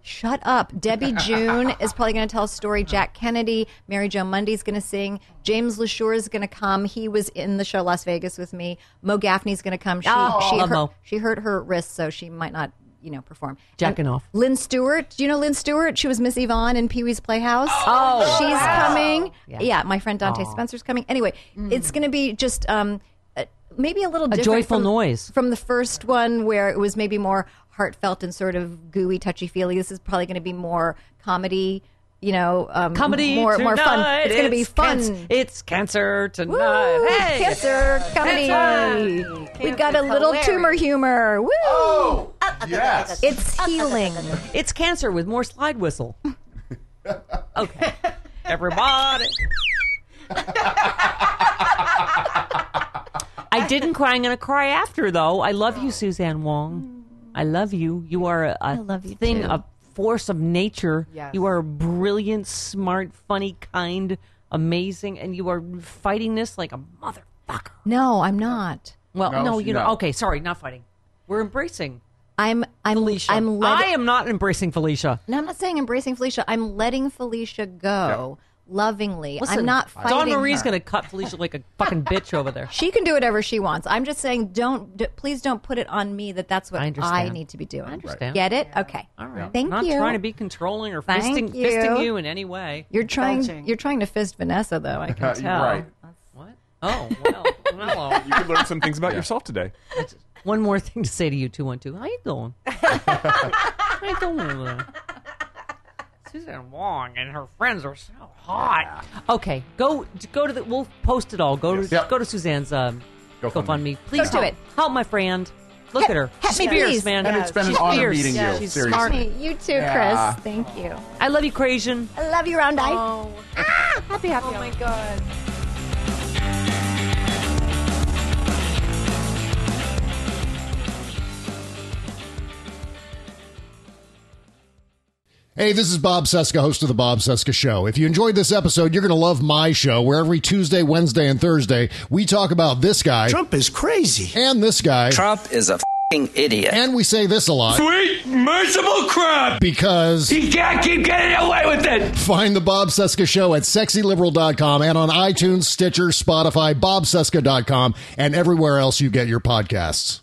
Speaker 3: Shut up. Debbie June is probably going to tell a story. Jack Kennedy, Mary Jo Mundy's going to sing. James LaSure is going to come. He was in the show Las Vegas with me. Mo Gaffney's going to come. She,
Speaker 2: Oh.
Speaker 3: she,
Speaker 2: Love
Speaker 3: hurt,
Speaker 2: Mo.
Speaker 3: she hurt her wrist, so she might not, you know, perform.
Speaker 2: Jacking off.
Speaker 3: Lynn Stewart. Do you know Lynn Stewart? She was Miss Yvonne in Pee Wee's Playhouse.
Speaker 2: Oh,
Speaker 3: she's
Speaker 2: wow.
Speaker 3: coming.
Speaker 2: Yeah.
Speaker 3: Yeah. my friend Dante
Speaker 2: Aw. Mm.
Speaker 3: Spencer's coming. Anyway, it's going to be just um, uh, maybe a little
Speaker 2: A
Speaker 3: different
Speaker 2: joyful
Speaker 3: from-
Speaker 2: noise.
Speaker 3: from the first one where it was maybe more heartfelt and sort of gooey, touchy feely. This is probably going to be more comedy. You know, um,
Speaker 2: Comedy
Speaker 3: more more fun.
Speaker 2: tonight,
Speaker 3: It's going to be fun.
Speaker 2: canc- it's cancer tonight.
Speaker 3: Woo!
Speaker 2: Hey!
Speaker 3: Cancer comedy. We've got a little
Speaker 2: hilarious.
Speaker 3: tumor humor. Woo!
Speaker 2: yes.
Speaker 3: It's healing.
Speaker 2: It's cancer with more slide whistle. okay. Everybody. I didn't cry. I'm going to cry after, though. I love you, Suzanne Wong. I love you. You are a, a thing,
Speaker 6: too.
Speaker 2: a force of nature.
Speaker 6: Yes.
Speaker 2: You are brilliant, smart, funny, kind, amazing, and you are fighting this like a mother.
Speaker 3: No, I'm not.
Speaker 2: Well, no, you know. Okay, sorry, not fighting. We're embracing.
Speaker 3: I'm I'm
Speaker 2: Felicia. Ah!
Speaker 3: I'm letting-
Speaker 2: I am not embracing Felicia.
Speaker 3: No, I'm not saying embracing Felicia. I'm letting Felicia go lovingly. Oh, I'm not fighting.
Speaker 2: Dawn Marie's
Speaker 3: her.
Speaker 2: going to cut Felicia like a fucking bitch over there.
Speaker 3: [LAUGHS] She can do whatever she wants. I'm just saying, don't d- please don't put it on me that that's what
Speaker 2: I
Speaker 3: I,
Speaker 2: understand.
Speaker 3: need to be doing. I
Speaker 2: understand.
Speaker 3: Get it? Okay.
Speaker 2: All right.
Speaker 3: Thank
Speaker 2: not
Speaker 3: you.
Speaker 2: trying to be controlling or
Speaker 3: Thank
Speaker 2: fisting,
Speaker 3: you.
Speaker 2: fisting you in any way.
Speaker 3: You're trying.
Speaker 2: Belching.
Speaker 3: You're trying to fist Vanessa, though.
Speaker 2: [LAUGHS]
Speaker 3: I can
Speaker 2: You're
Speaker 3: tell.
Speaker 2: right. Oh, well. well.
Speaker 5: [LAUGHS] You could learn some things about yourself today.
Speaker 2: One more
Speaker 3: [LAUGHS]
Speaker 2: thing to say to you, 212. How you doing? How you doing over there? Susan Wong and her friends are so hot. Okay, go go to the. We'll post it all. Go to go to Suzanne's um, GoFundMe. Please
Speaker 3: Go do
Speaker 2: help, Help my friend. Look at her.
Speaker 3: Help
Speaker 2: She's
Speaker 3: me,
Speaker 2: fierce,
Speaker 3: please.
Speaker 2: man.
Speaker 4: And it's been an
Speaker 2: She's
Speaker 4: honor
Speaker 2: fierce.
Speaker 4: meeting you,
Speaker 2: She's
Speaker 4: seriously.
Speaker 2: smart.
Speaker 3: Me, you too,
Speaker 4: Yeah.
Speaker 3: Chris. Thank you.
Speaker 2: I love you, Oh. Crasian.
Speaker 3: I love you, Round Eye. Ah, happy, happy.
Speaker 9: Oh my god.
Speaker 10: Hey, this is Bob Seska, host of The Bob Seska Show. If you enjoyed this episode, you're going to love my show, where every Tuesday, Wednesday, and Thursday, we talk about this guy. Trump is crazy. And this guy.
Speaker 11: Trump is a fing idiot.
Speaker 10: And we say this a lot.
Speaker 11: Sweet, merciful crap!
Speaker 10: Because
Speaker 11: He can't keep getting away with it!
Speaker 10: Find the Bob Seska Show at sexyliberal.com and on iTunes, Stitcher, Spotify, bobseska.com, and everywhere else you get your podcasts.